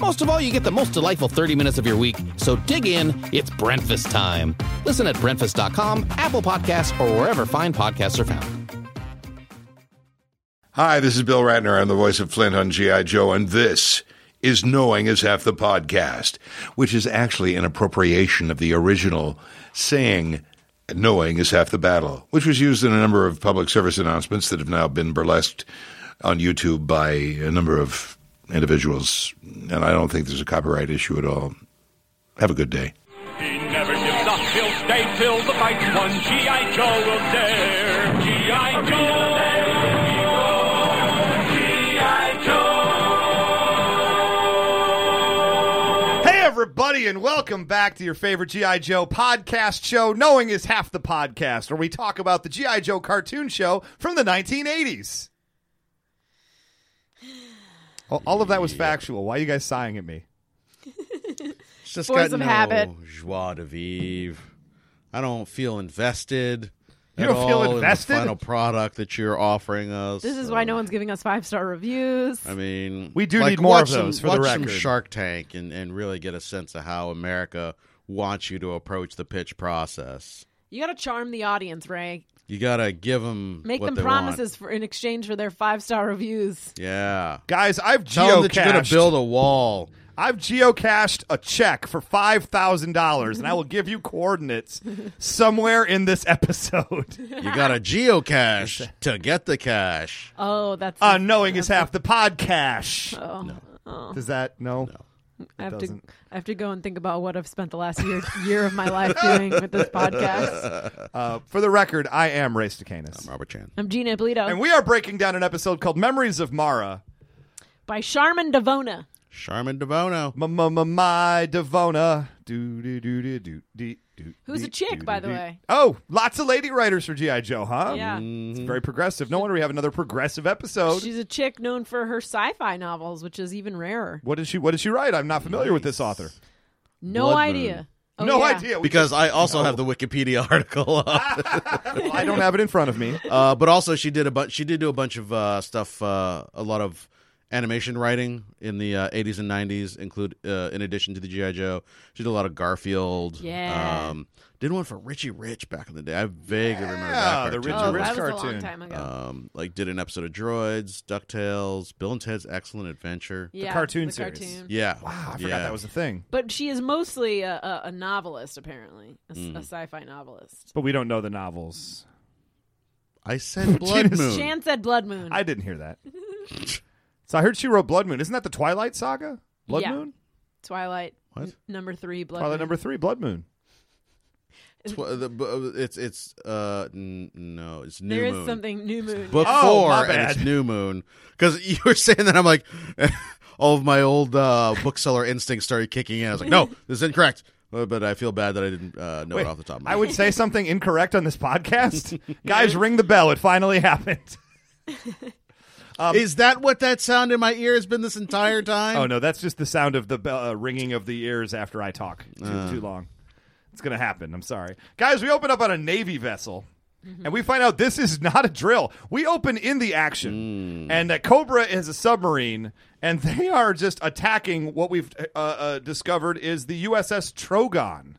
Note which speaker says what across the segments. Speaker 1: Most of all, you get the most delightful 30 minutes of your week. So dig in, it's breakfast time. Listen at breakfast.com, Apple Podcasts, or wherever fine podcasts are found.
Speaker 2: Hi, this is Bill Ratner. I'm the voice of Flint on G.I. Joe, and this is Knowing is Half the Podcast, which is actually an appropriation of the original saying, Knowing is Half the Battle, which was used in a number of public service announcements that have now been burlesqued on YouTube by a number of individuals. And I don't think there's a copyright issue at all. Have a good day.
Speaker 3: He never gives up. He'll stay till the fight's won. G.I. Joe will dare. G.I. Joe. G.I.
Speaker 4: Hey, everybody, and welcome back to your favorite G.I. Joe podcast show, Knowing is Half the Podcast, where we talk about the G.I. Joe cartoon show from the 1980s. All all of that was factual. Why are you guys sighing at me?
Speaker 5: It's just
Speaker 6: Force
Speaker 5: got
Speaker 6: of
Speaker 5: no
Speaker 6: habit.
Speaker 5: joie de vivre. I don't feel invested.
Speaker 4: You
Speaker 5: at
Speaker 4: don't feel
Speaker 5: all in the
Speaker 4: invested?
Speaker 5: final product that you're offering us.
Speaker 6: This is why no one's giving us five star reviews.
Speaker 5: I mean,
Speaker 4: We do
Speaker 5: like,
Speaker 4: need more of
Speaker 5: watch some-
Speaker 4: those, for the
Speaker 5: watch some
Speaker 4: record.
Speaker 5: Shark Tank and, and really get a sense of how America wants you to approach the pitch process.
Speaker 6: You got to charm the audience, Ray.
Speaker 5: You gotta give them
Speaker 6: Make them promises for in exchange for their five star reviews.
Speaker 5: Yeah,
Speaker 4: Guys, I've
Speaker 5: tell them that you're gonna
Speaker 4: geocached.
Speaker 5: build a wall.
Speaker 4: I've geocached a check for five thousand dollars, and I will give you coordinates somewhere in this episode.
Speaker 5: You gotta geocache to get the cash.
Speaker 6: Oh, that's
Speaker 4: Uh, knowing is half the podcast.
Speaker 6: Oh,
Speaker 4: Does that no?
Speaker 6: I have to
Speaker 4: doesn't.
Speaker 6: I have to go and think about what I've spent the last year year of my life doing with this podcast.
Speaker 4: Uh, for the record, I am Ray Stacanus.
Speaker 5: Robert Chan.
Speaker 6: I'm Gina Polito
Speaker 4: And we are breaking down an episode called Memories of Mara.
Speaker 6: by Charmin Davona.
Speaker 5: Charmin Devono.
Speaker 4: My Devona. Do, do, do, do, do, do, do,
Speaker 6: Who's a
Speaker 4: do,
Speaker 6: chick,
Speaker 4: do,
Speaker 6: by
Speaker 4: do,
Speaker 6: the
Speaker 4: do.
Speaker 6: way.
Speaker 4: Oh, lots of lady writers for G.I. Joe, huh?
Speaker 6: Yeah.
Speaker 4: It's very progressive. No wonder we have another progressive episode.
Speaker 6: She's a chick known for her sci-fi novels, which is even rarer.
Speaker 4: what did she what did she write? I'm not familiar with this author.
Speaker 6: No
Speaker 5: Blood Moon.
Speaker 6: idea. Oh,
Speaker 4: no
Speaker 6: yeah.
Speaker 4: idea. We-
Speaker 5: Because I also have the Wikipedia article up.
Speaker 4: I don't have it in front of me.
Speaker 5: Uh, but also she did a bunch. She did do a bunch of uh, stuff. Uh, a lot of animation writing in the uh, 80s and 90s. Include uh, in addition to the GI Joe, she did a lot of Garfield.
Speaker 6: Yeah.
Speaker 5: Um, did one for Richie Rich back in the day. I vaguely remember
Speaker 4: Yeah,
Speaker 5: that.
Speaker 4: the
Speaker 5: cartoon.
Speaker 4: Richie
Speaker 6: Oh,
Speaker 4: Rich
Speaker 6: that was a
Speaker 4: cartoon. Uh,
Speaker 6: long time ago.
Speaker 5: Um, like did an episode of Droids, Ducktales, Bill and Ted's Excellent Adventure.
Speaker 6: yeah,
Speaker 4: cartoon
Speaker 6: the
Speaker 4: series.
Speaker 6: cartoon.
Speaker 5: Yeah.
Speaker 4: Wow, Ah, I forgot
Speaker 5: Yeah.
Speaker 4: that was a thing.
Speaker 6: But she is mostly a, a, a novelist, apparently, a, s- a sci-fi novelist.
Speaker 4: But we don't know the novels.
Speaker 5: I said Blood
Speaker 4: Genius.
Speaker 5: Moon.
Speaker 6: Shan said Blood Moon.
Speaker 4: I didn't hear that. so I heard she wrote Blood Moon. Isn't that the Twilight saga? Blood
Speaker 6: Yeah.
Speaker 4: Moon?
Speaker 6: Twilight
Speaker 5: What?
Speaker 6: n- number three, Blood
Speaker 4: Twilight
Speaker 6: Moon.
Speaker 4: number three, Blood Moon.
Speaker 5: It's wha- the- bu- It's it's uh n- no, it's New
Speaker 6: There is
Speaker 5: Moon.
Speaker 6: something New Moon.
Speaker 5: book
Speaker 4: Oh,
Speaker 5: four
Speaker 4: my
Speaker 5: and it's
Speaker 4: bad.
Speaker 5: new moon because you were saying that i'm like all of my old uh, bookseller instincts started kicking in i was like no this is incorrect Uh, but i feel bad that i didn't uh, know
Speaker 4: Wait,
Speaker 5: it off the top of
Speaker 4: I
Speaker 5: my head
Speaker 4: would say something incorrect on this podcast. Guys, ring the bell. It finally happened.
Speaker 5: is that what that sound in my ear has been this entire time
Speaker 4: Oh no, that's just the sound of the bell, uh, ringing of the ears after I talk too,
Speaker 6: Uh.
Speaker 4: too long. It's gonna happen. I'm sorry, guys. We open up on a navy vessel,
Speaker 6: Mm-hmm.
Speaker 4: and we find out this is not a drill. We open in the action,
Speaker 6: Mm.
Speaker 4: and that Cobra is a submarine, and they are just attacking what we've uh, uh, discovered is the USS Trogon.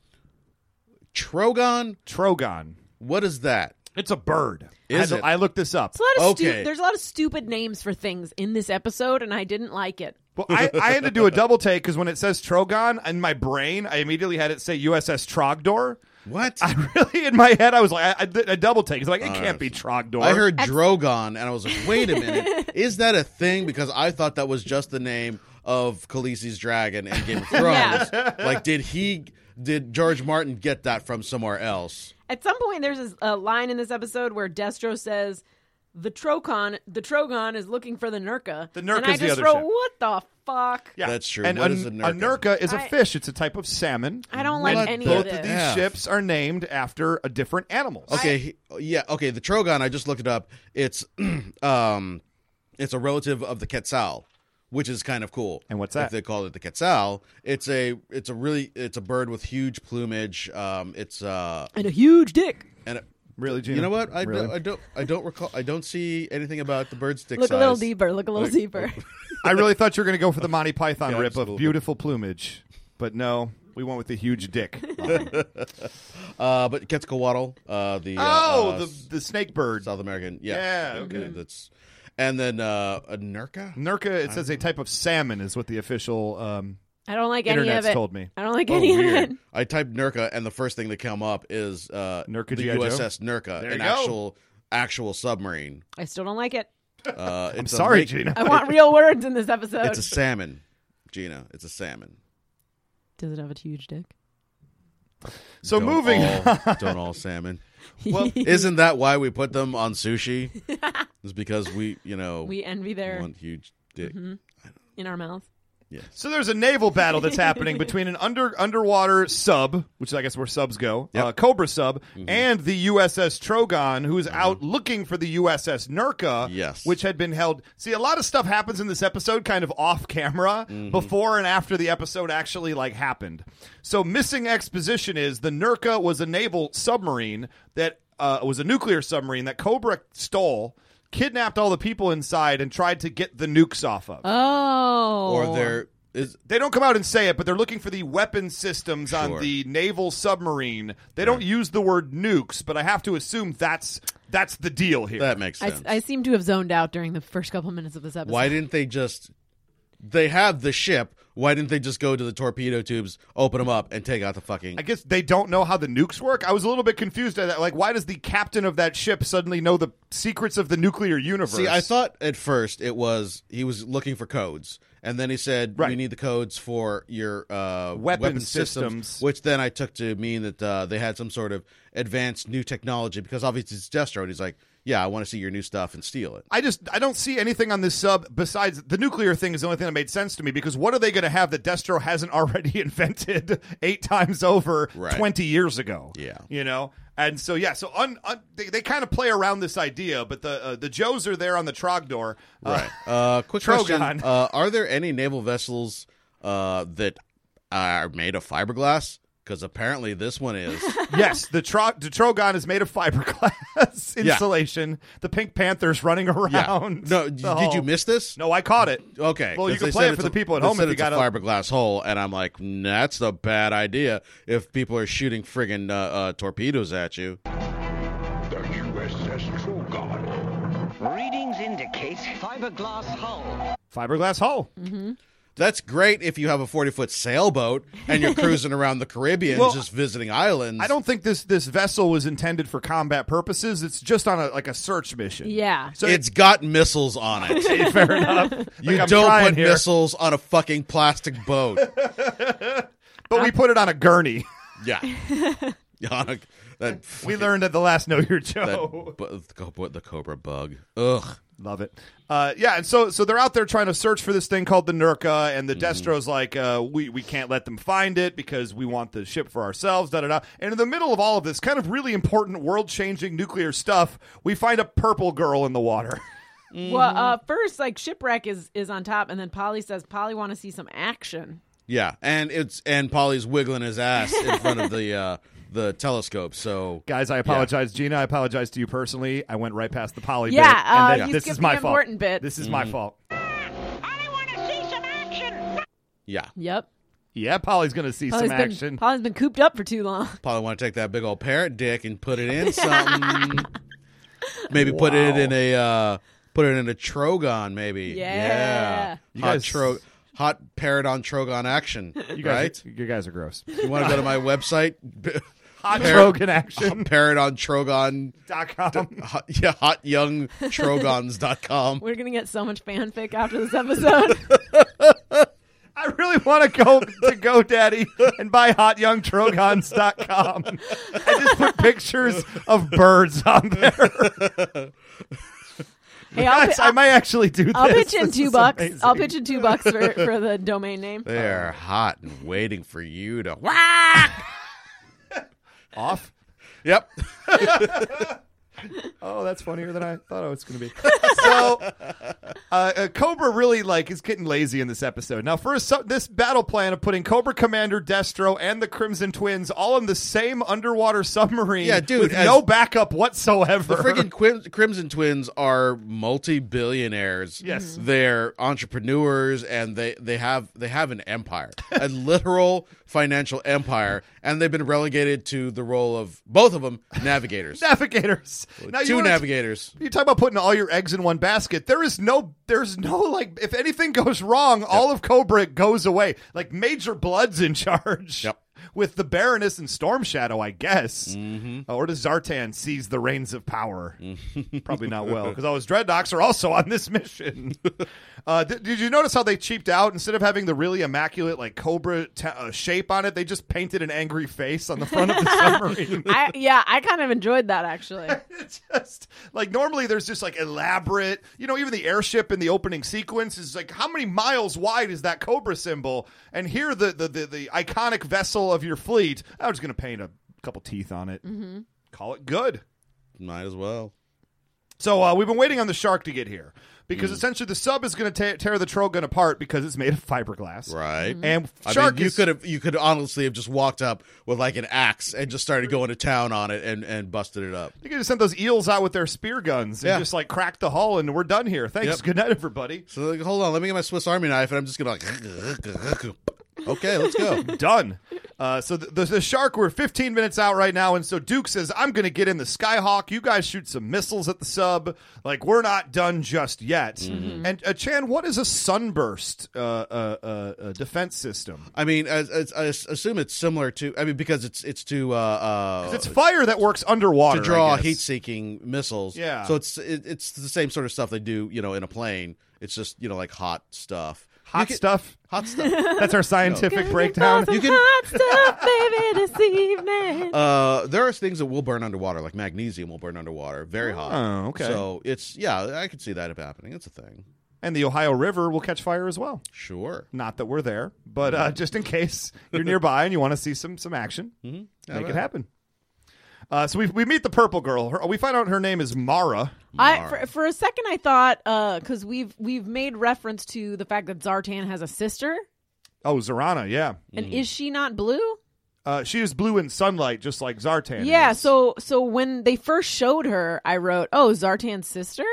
Speaker 5: trogon
Speaker 4: Trogon.
Speaker 5: what is that
Speaker 4: It's a bird.
Speaker 5: Is
Speaker 4: I,
Speaker 5: it?
Speaker 4: I looked this up.
Speaker 6: There's a lot of stu-
Speaker 5: Okay.
Speaker 6: There's a lot of stupid names for things in this episode, and I didn't like it.
Speaker 4: Well, I, I had to do a double take because when it says Trogon in my brain, I immediately had it say USS Trogdor.
Speaker 5: What?
Speaker 4: I really, in my head, I was like, I, I did a double take. It's like, it can't be Trogdor.
Speaker 5: Oh, I heard Drogon, and I was like, wait a minute, is that a thing? Because I thought that was just the name of Khaleesi's dragon in Game of Thrones. Like, did he, did George Martin get that from somewhere else?
Speaker 6: At some point, there's this, a line in this episode where Destro says, "The Trocon, the Trogon is looking for the Nurka."
Speaker 4: The Nurka's
Speaker 6: and I
Speaker 4: the
Speaker 6: just
Speaker 4: other
Speaker 6: wrote,
Speaker 4: ship.
Speaker 6: "What the fuck?"
Speaker 4: Yeah.
Speaker 5: That's true.
Speaker 4: And
Speaker 5: What
Speaker 4: a,
Speaker 5: is a
Speaker 4: a
Speaker 5: Nurka?
Speaker 4: Nurka is a
Speaker 6: I-
Speaker 4: fish. It's a type of salmon.
Speaker 6: I don't
Speaker 5: What
Speaker 6: like any
Speaker 5: the
Speaker 6: of
Speaker 4: Both
Speaker 6: this.
Speaker 4: of these
Speaker 5: Yeah.
Speaker 4: ships are named after a different animals.
Speaker 5: Okay, he- yeah, okay, the Trogon, I just looked it up. It's, um, it's a relative of the Quetzal. Which is kind of cool.
Speaker 4: And what's that?
Speaker 5: If they call it the Quetzal, it's a it's a really it's a bird with huge plumage. Um, it's uh
Speaker 6: and a huge dick.
Speaker 5: and it,
Speaker 4: Really, Gina?
Speaker 5: You know what? I,
Speaker 4: Really?
Speaker 5: don't, I don't. I don't recall. I don't see anything about the bird's dick
Speaker 6: Look
Speaker 5: size.
Speaker 6: a little deeper. Look a little
Speaker 5: Like-
Speaker 6: deeper.
Speaker 4: I really thought you were going to go for the Monty Python
Speaker 5: Yeah,
Speaker 4: rip
Speaker 5: just a
Speaker 4: of
Speaker 5: little bit.
Speaker 4: beautiful plumage, but no, we went with the huge dick.
Speaker 5: Uh, but Quetzalcoatl, uh, the uh,
Speaker 4: oh,
Speaker 5: uh,
Speaker 4: the the snake bird.
Speaker 5: South American. Yeah.
Speaker 4: Yeah, okay.
Speaker 5: That's and then uh, a Nurka.
Speaker 4: Nurka, it says a type of salmon is what the official um,
Speaker 6: I don't like any of
Speaker 4: internet's
Speaker 6: it.
Speaker 4: told me.
Speaker 6: I don't like
Speaker 5: Oh,
Speaker 6: any
Speaker 5: weird.
Speaker 6: of it.
Speaker 5: I typed Nurka, and the first thing that came up is uh,
Speaker 4: Nurka
Speaker 5: the
Speaker 4: G.I. Joe?
Speaker 5: USS Nurka,
Speaker 4: There you
Speaker 5: an
Speaker 4: go.
Speaker 5: actual actual submarine.
Speaker 6: I still don't like it.
Speaker 5: Uh,
Speaker 4: I'm
Speaker 5: it's a
Speaker 4: sorry,
Speaker 5: lake-
Speaker 4: Gina.
Speaker 6: I want real words in this episode.
Speaker 5: It's a salmon, Gina. It's a salmon.
Speaker 6: Does it have a huge dick?
Speaker 4: So
Speaker 5: Don't
Speaker 4: moving.
Speaker 5: all, don't all salmon.
Speaker 4: well,
Speaker 5: Isn't that why we put them on sushi? Is because we, you know,
Speaker 6: We Mm-hmm. envy their
Speaker 5: want huge dick.
Speaker 6: in our mouth.
Speaker 4: so there's a naval battle that's happening between an under underwater sub, which is I guess where subs go, uh, Cobra sub, and the USS Trogon, who's out looking for the USS Nurka,
Speaker 5: Yes.
Speaker 4: which had been held. See, a lot of stuff happens in this episode, kind of off camera, before and after the episode actually like happened. So missing exposition is the Nurka was a naval submarine that uh, was a nuclear submarine that Cobra stole. Kidnapped all the people inside and tried to get the nukes off of.
Speaker 6: Oh.
Speaker 5: Or there is
Speaker 4: They don't come out and say it, but they're looking for the weapon systems on
Speaker 5: Sure.
Speaker 4: the naval submarine. They don't use the word nukes, but I have to assume that's that's the deal here.
Speaker 5: that makes
Speaker 6: I,
Speaker 5: sense.
Speaker 6: I seem to have zoned out during the first couple minutes of this episode.
Speaker 5: Why didn't they just? They have the ship. Why didn't they just go to the torpedo tubes, open them up, and take out the fucking?
Speaker 4: I guess they don't know how the nukes work. I was a little bit confused at that. Like, why does the captain of that ship suddenly know the secrets of the nuclear universe?
Speaker 5: See, I thought at first it was he was looking for codes, and then he said we
Speaker 4: Right.
Speaker 5: need the codes for your uh,
Speaker 4: Weapon
Speaker 5: systems,
Speaker 4: systems.
Speaker 5: which then I took to mean that uh, they had some sort of advanced new technology because obviously it's Destro, and he's like, yeah, I want to see your new stuff and steal it.
Speaker 4: I just I don't see anything on this sub besides the nuclear thing is the only thing that made sense to me because what are they going to have that Destro hasn't already invented eight times over
Speaker 5: Right.
Speaker 4: twenty years ago?
Speaker 5: Yeah.
Speaker 4: you know, and so yeah, so un, un, they, they kind of play around this idea, but the uh, the Joes are there on the Trogdor, uh,
Speaker 5: Uh, quick
Speaker 4: Trogon.
Speaker 5: question: uh, Are there any naval vessels uh, that are made of fiberglass? Because apparently this one is.
Speaker 4: yes, the, tro- the Trogon is made of fiberglass
Speaker 5: Yeah.
Speaker 4: insulation. The Pink Panther's running
Speaker 5: yeah.
Speaker 4: around.
Speaker 5: No,
Speaker 4: the
Speaker 5: d- did
Speaker 4: hull.
Speaker 5: you miss this?
Speaker 4: No, I caught it.
Speaker 5: Okay.
Speaker 4: Well, you
Speaker 5: 'cause
Speaker 4: can
Speaker 5: they
Speaker 4: play
Speaker 5: said
Speaker 4: it for
Speaker 5: it's
Speaker 4: the
Speaker 5: a-
Speaker 4: people at
Speaker 5: they
Speaker 4: home
Speaker 5: said
Speaker 4: if you
Speaker 5: it's a
Speaker 4: got
Speaker 5: fiberglass hole, and I'm like, "Nah, that's a bad idea. If people are shooting friggin' uh, uh, torpedoes at you,
Speaker 7: The USS Trogon.
Speaker 8: Readings indicate fiberglass hull.
Speaker 4: fiberglass hull.
Speaker 5: that's great. If you have a 40 foot sailboat and you're cruising around the Caribbean,
Speaker 4: Well,
Speaker 5: just visiting islands.
Speaker 4: I don't think this this vessel was intended for combat purposes. It's just on a like a search mission.
Speaker 6: Yeah.
Speaker 4: So
Speaker 5: it's got missiles on it.
Speaker 4: fair enough.
Speaker 5: You
Speaker 4: Like, I'm
Speaker 5: don't
Speaker 4: trying
Speaker 5: put
Speaker 4: here,
Speaker 5: missiles on a fucking plastic boat.
Speaker 4: but we put it on a gurney.
Speaker 5: yeah. Yeah, that,
Speaker 4: We learned at the last Know Your
Speaker 5: that
Speaker 4: Joe.
Speaker 5: bu- the co- the cobra bug. Ugh.
Speaker 4: Love it. Uh, yeah, and so so they're out there trying to search for this thing called the Nurka, and the
Speaker 5: Mm-hmm.
Speaker 4: Destro's like, uh, we we can't let them find it because we want the ship for ourselves. Da da da. And in the middle of all of this kind of really important world changing nuclear stuff, we find a purple girl in the water.
Speaker 6: Well, uh, first, like shipwreck is is on top, and then Polly says Polly want to see some action.
Speaker 5: Yeah, and it's and Polly's wiggling his ass in front of the uh, the telescope. So
Speaker 4: Guys, I apologize, Gina. I apologize to you personally. I went right past the poly
Speaker 6: Yeah,
Speaker 4: bit,
Speaker 6: uh,
Speaker 4: and then
Speaker 6: you
Speaker 4: this
Speaker 6: skipped
Speaker 4: is my
Speaker 6: the
Speaker 4: fault.
Speaker 6: important bit.
Speaker 4: This is my
Speaker 5: Mm-hmm.
Speaker 4: fault.
Speaker 9: Ah,
Speaker 7: I want to see some action.
Speaker 5: yeah,
Speaker 6: Yep.
Speaker 4: Yeah, Polly's gonna see
Speaker 6: Polly's
Speaker 4: some
Speaker 6: been,
Speaker 4: action.
Speaker 6: Polly's been cooped up for too long.
Speaker 5: Probably want to take that big old parrot dick and put it in something. maybe put it in a uh, put it in a trogon. Maybe.
Speaker 6: Yeah.
Speaker 5: Hot tro- hot parrot on Trogon action.
Speaker 4: You guys,
Speaker 5: right?
Speaker 4: you guys are gross.
Speaker 5: You want to go to my website?
Speaker 4: Hot
Speaker 5: Parrot-
Speaker 4: Trogan action.
Speaker 5: Parrot on Trogon.
Speaker 4: dot com.
Speaker 5: Hot, yeah, hotyoungtrogons.com.
Speaker 6: We're gonna get so much fanfic after this episode.
Speaker 4: I really want to go to GoDaddy and buy hotyoungtrogons.com. I just put pictures of birds on there.
Speaker 6: hey, I'll,
Speaker 4: Guys,
Speaker 6: pi-
Speaker 4: I might actually do this.
Speaker 6: I'll pitch in
Speaker 4: This
Speaker 6: two
Speaker 4: is
Speaker 6: bucks.
Speaker 4: amazing.
Speaker 6: I'll pitch in two bucks for, for the domain name.
Speaker 5: They're hot and waiting for you to.
Speaker 4: Ah! off.
Speaker 5: Yep.
Speaker 4: Oh, that's funnier than I thought it was going to be. so, uh, uh, Cobra really like is getting lazy in this episode. Now, first, so, this battle plan of putting Cobra Commander Destro and the Crimson Twins all in the same underwater submarine,
Speaker 5: Yeah, dude,
Speaker 4: with
Speaker 5: as-
Speaker 4: no backup whatsoever.
Speaker 5: The friggin' Quim- Crimson Twins are multi-billionaires.
Speaker 4: Yes.
Speaker 5: they're entrepreneurs, and they they have they have an empire, a literal financial empire, and they've been relegated to the role of both of them navigators.
Speaker 4: navigators. Now, you
Speaker 5: Two
Speaker 4: wanna-
Speaker 5: navigators.
Speaker 4: You talk about putting all your eggs in one basket. There is no, there's no like. If anything goes wrong, all of Cobra goes away. Like Major Blood's in charge.
Speaker 5: Yep.
Speaker 4: With the Baroness and Storm Shadow, I guess, mm-hmm. or does Zartan seize the reins of power? Probably not well, because all his dreadnoughts are also on this mission. uh, th- did you notice how they cheaped out? Instead of having the really immaculate like Cobra ta- uh, shape on it, they just painted an angry face on the front of the submarine.
Speaker 6: I, yeah, I kind of enjoyed that actually.
Speaker 4: It's just like normally there's just like elaborate, you know, even the airship in the opening sequence is like how many miles wide is that Cobra symbol? And here the the the, the iconic vessel of your fleet. I was going to paint a couple teeth on it. Mm-hmm. Call it good.
Speaker 5: Might as well.
Speaker 4: So uh, we've been waiting on the shark to get here because
Speaker 5: Mm.
Speaker 4: essentially the sub is going to tear the Trogon apart because it's made of fiberglass.
Speaker 5: Right.
Speaker 4: And
Speaker 5: I
Speaker 4: shark
Speaker 5: mean, you
Speaker 4: is-
Speaker 5: could have you could honestly have just walked up with like an axe and just started going to town on it and and busted it up.
Speaker 4: You could have sent those eels out with their spear guns and
Speaker 5: Yeah.
Speaker 4: just like cracked the hull and we're done here. Thanks.
Speaker 5: Yep.
Speaker 4: Good night, everybody.
Speaker 5: So like, hold on, let me get my Swiss Army knife, and I'm just gonna like. Okay, let's go.
Speaker 4: done. Uh, so the, the, the shark, we're 15 minutes out right now, and so Duke says, "I'm going to get in the Skyhawk. You guys shoot some missiles at the sub. Like we're not done just yet." And uh, Chan, what is a sunburst uh, uh, uh, uh, defense system?
Speaker 5: I mean, I, I, I assume it's similar to. I mean, because it's it's to uh, uh
Speaker 4: It's fire that works underwater
Speaker 5: to draw
Speaker 4: I guess.
Speaker 5: heat-seeking missiles.
Speaker 4: Yeah.
Speaker 5: So it's it, it's the same sort of stuff they do, you know, in a plane. It's just you know like hot stuff. You
Speaker 4: Hot
Speaker 5: can-
Speaker 4: stuff.
Speaker 5: Hot stuff.
Speaker 4: That's our scientific breakdown.
Speaker 5: You
Speaker 6: you
Speaker 5: can-
Speaker 6: can hot stuff, baby, this evening.
Speaker 5: uh, there are things that will burn underwater, like magnesium will burn underwater, very hot.
Speaker 4: Oh, okay.
Speaker 5: So it's yeah, I could see that happening. It's a thing.
Speaker 4: and the Ohio River will catch fire as well.
Speaker 5: Sure.
Speaker 4: Not that we're there, but uh, just in case you're nearby and you want to see some some action, make it happen. Uh, so we we meet the purple girl. Her, we find out her name is Mara.
Speaker 6: I for, for a second I thought because we've we've made reference to the fact that Zartan has a sister,
Speaker 4: Oh, Zarana, yeah.
Speaker 6: and is she not blue?
Speaker 4: Uh, she is blue in sunlight, just like Zartan.
Speaker 6: Yeah.
Speaker 4: is.
Speaker 6: So so when they first showed her, I wrote, "Oh, Zartan's sister."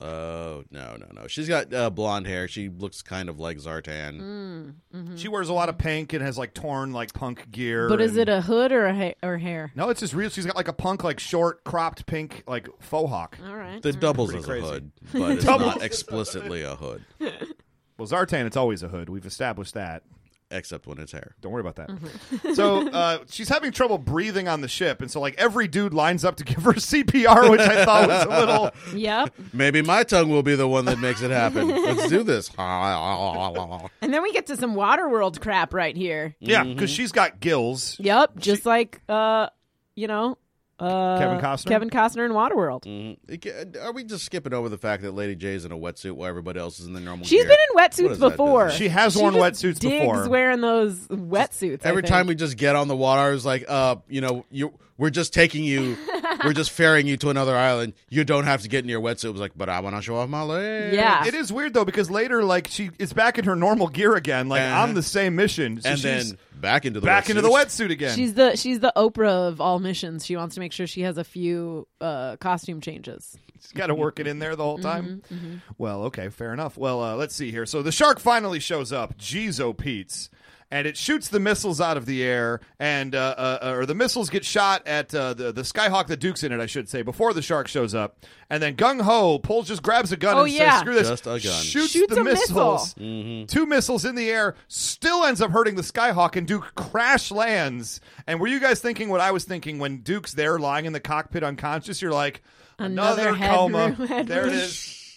Speaker 5: Oh no no no! She's got uh, blonde hair. She looks kind of like Zartan.
Speaker 4: she wears a lot of pink and has like torn like punk gear.
Speaker 6: But is
Speaker 4: and-
Speaker 6: it a hood or a ha- or hair?
Speaker 4: No, it's just real. She's got like a punk, like short, cropped pink, like faux hawk.
Speaker 6: All right.
Speaker 5: The doubles as
Speaker 4: crazy.
Speaker 5: a hood, but it's not explicitly a hood,
Speaker 4: Well, Zartan, it's always a hood. We've established that.
Speaker 5: except when it's hair.
Speaker 4: Don't worry about that.
Speaker 6: Mm-hmm.
Speaker 4: so uh, she's having trouble breathing on the ship, and so like every dude lines up to give her CPR, which I thought was a little.
Speaker 6: Yep.
Speaker 5: Maybe my tongue will be the one that makes it happen. Let's do this.
Speaker 6: And then we get to some Waterworld crap right here.
Speaker 4: Yeah, because Mm-hmm. she's got gills.
Speaker 6: Yep. Just like uh, you know, uh,
Speaker 4: Kevin Costner?
Speaker 6: Kevin Costner in Waterworld.
Speaker 5: Are we just skipping over the fact that Lady J's in a wetsuit while everybody else is in their normal?
Speaker 6: She's
Speaker 5: gear?
Speaker 6: been in
Speaker 5: What
Speaker 6: wetsuits
Speaker 5: is that
Speaker 6: before.
Speaker 5: business?
Speaker 4: She has worn
Speaker 6: just
Speaker 4: wetsuits
Speaker 6: digs
Speaker 4: before.
Speaker 6: wearing those wetsuits. I
Speaker 5: Every
Speaker 6: think.
Speaker 5: time we just get on the water, it's like, uh, you know, you we're just taking you, we're just ferrying you to another island. You don't have to get in your wetsuit. It was like, but I want to show off my legs.
Speaker 6: Yeah.
Speaker 4: It is weird though because later, like she is back in her normal gear again, like
Speaker 5: Uh-huh.
Speaker 4: on the same mission, So
Speaker 5: and
Speaker 4: she's
Speaker 5: then back into the
Speaker 4: back into the
Speaker 5: wetsuit.
Speaker 4: wetsuit again.
Speaker 6: She's the she's the Oprah of all missions. She wants to make sure she has a few uh, costume changes.
Speaker 4: Got to work it in there the whole time.
Speaker 6: Mm-hmm,
Speaker 4: Well, okay, fair enough. Well, uh, let's see here. So the shark finally shows up. Jeez, oh, Pete's. and it shoots the missiles out of the air, and uh, uh, uh, or the missiles get shot at uh, the the Skyhawk that Duke's in it, I should say, before the shark shows up, and then Gung Ho pulls just grabs a gun
Speaker 6: Oh,
Speaker 4: and
Speaker 6: yeah.
Speaker 4: says, "Screw this!"
Speaker 5: Just a gun. Mm-hmm.
Speaker 4: Shoots
Speaker 6: Shoots
Speaker 4: the
Speaker 6: a missile.
Speaker 4: missiles, two missiles in the air, still ends up hurting the Skyhawk, and Duke crash lands. And were you guys thinking what I was thinking when Duke's there lying in the cockpit unconscious? You're like,
Speaker 6: Another
Speaker 4: another,
Speaker 6: head
Speaker 4: coma.
Speaker 6: room- head
Speaker 4: there it
Speaker 6: room.
Speaker 4: is.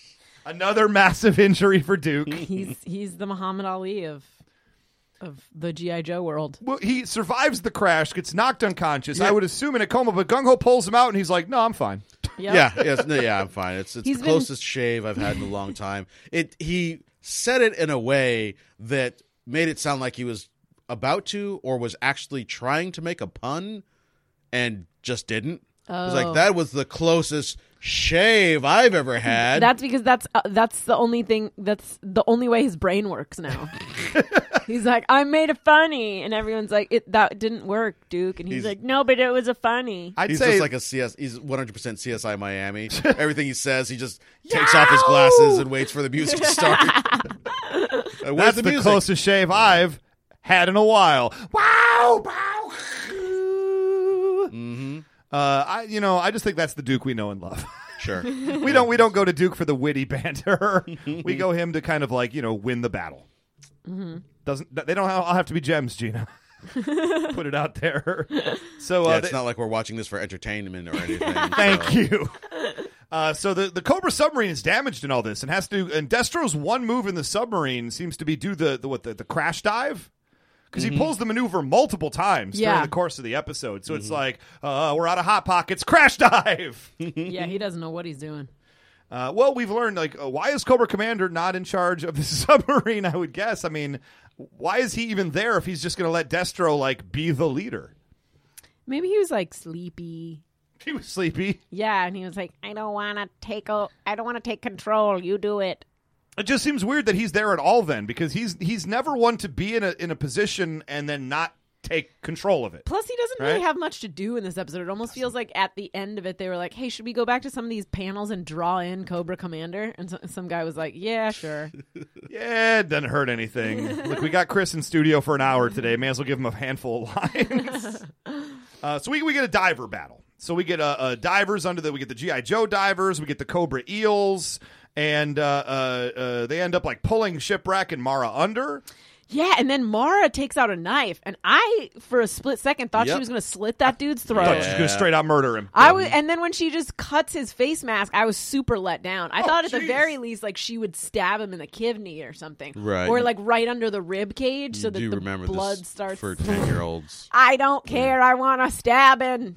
Speaker 4: Another massive injury for Duke.
Speaker 6: He's he's the Muhammad Ali of of the GI Joe world.
Speaker 4: Well, he survives the crash, gets knocked unconscious. I would assume in a coma, but Gung Ho pulls him out, and he's like, "No, I'm fine."
Speaker 6: Yep.
Speaker 5: Yeah, yes, no, yeah, I'm fine. It's it's
Speaker 6: He's
Speaker 5: the
Speaker 6: been-
Speaker 5: closest shave I've had in a long time. It he said it in a way that made it sound like he was about to or was actually trying to make a pun and just didn't. It was
Speaker 6: Oh.
Speaker 5: like that was the closest shave I've ever had.
Speaker 6: That's because that's uh, that's the only thing that's the only way his brain works now. he's like, I made a funny, and everyone's like, it that didn't work, Duke, and he's,
Speaker 5: He's-
Speaker 6: like, no, but it was a funny.
Speaker 4: I'd
Speaker 5: he's
Speaker 4: say
Speaker 5: just like a CS. He's 100 percent CSI Miami. Everything he says, he just takes off his glasses and waits for the music to start. Uh, Where's
Speaker 4: that's
Speaker 5: the,
Speaker 4: the,
Speaker 5: music?
Speaker 4: closest shave I've had in a while. Wow, wow. Uh, I, you know, I just think that's the Duke we know and love.
Speaker 5: Sure.
Speaker 4: we don't, we don't go to Duke for the witty banter. we go him to kind of like you know win the battle. Doesn't th- they don't all have to be gems, Gina? Put it out there. So uh,
Speaker 5: Yeah, it's
Speaker 4: they-
Speaker 5: not like we're watching this for entertainment or anything. so.
Speaker 4: Thank you. Uh, so the, the Cobra submarine is damaged in all this, and has to. And Destro's one move in the submarine seems to be do the, the what the, the crash dive. Because
Speaker 5: Mm-hmm.
Speaker 4: he pulls the maneuver multiple times
Speaker 6: Yeah.
Speaker 4: during the course of the episode, so it's
Speaker 5: Mm-hmm.
Speaker 4: like uh, we're out of hot pockets. Crash dive.
Speaker 6: yeah, he doesn't know what he's doing.
Speaker 4: uh, well, we've learned like uh, why is Cobra Commander not in charge of the submarine? I would guess. I mean, why is he even there if he's just going to let Destro like be the leader?
Speaker 6: Maybe he was like sleepy.
Speaker 4: He was sleepy.
Speaker 6: Yeah, and he was like, I don't want to take o- I don't want to take control. You do it.
Speaker 4: It just seems weird that he's there at all then because he's he's never one to be in a in a position and then not take control of it.
Speaker 6: Plus, he doesn't really
Speaker 4: Right?
Speaker 6: have much to do in this episode. It almost feels like at the end of it, they were like, "Hey, should we go back to some of these panels and draw in Cobra Commander?" And so, some guy was like, "Yeah, sure."
Speaker 4: Yeah, it doesn't hurt anything. Look, we got Chris in studio for an hour today. May as well give him a handful of lines. uh, so we we get a diver battle. So we get uh, uh, divers under the we get the GI Joe divers. We get the Cobra eels. And uh, uh, uh, they end up like pulling shipwreck and Mara under.
Speaker 6: yeah, and then Mara takes out a knife, and I, for a split second, thought she
Speaker 5: Yep.
Speaker 6: was going to slit that dude's
Speaker 4: I
Speaker 6: throat.
Speaker 4: thought she was going to straight out murder him.
Speaker 6: I was, and then when she just cuts his face mask, I was super let down. I thought at the
Speaker 4: jeez.
Speaker 6: very least, like she would stab him in the kidney or something,
Speaker 5: Right.
Speaker 6: Or like right under the rib cage, so
Speaker 5: You
Speaker 6: that
Speaker 5: do
Speaker 6: the
Speaker 5: remember
Speaker 6: blood
Speaker 5: this
Speaker 6: starts.
Speaker 5: for ten year olds.
Speaker 6: I don't care. I want to stab him.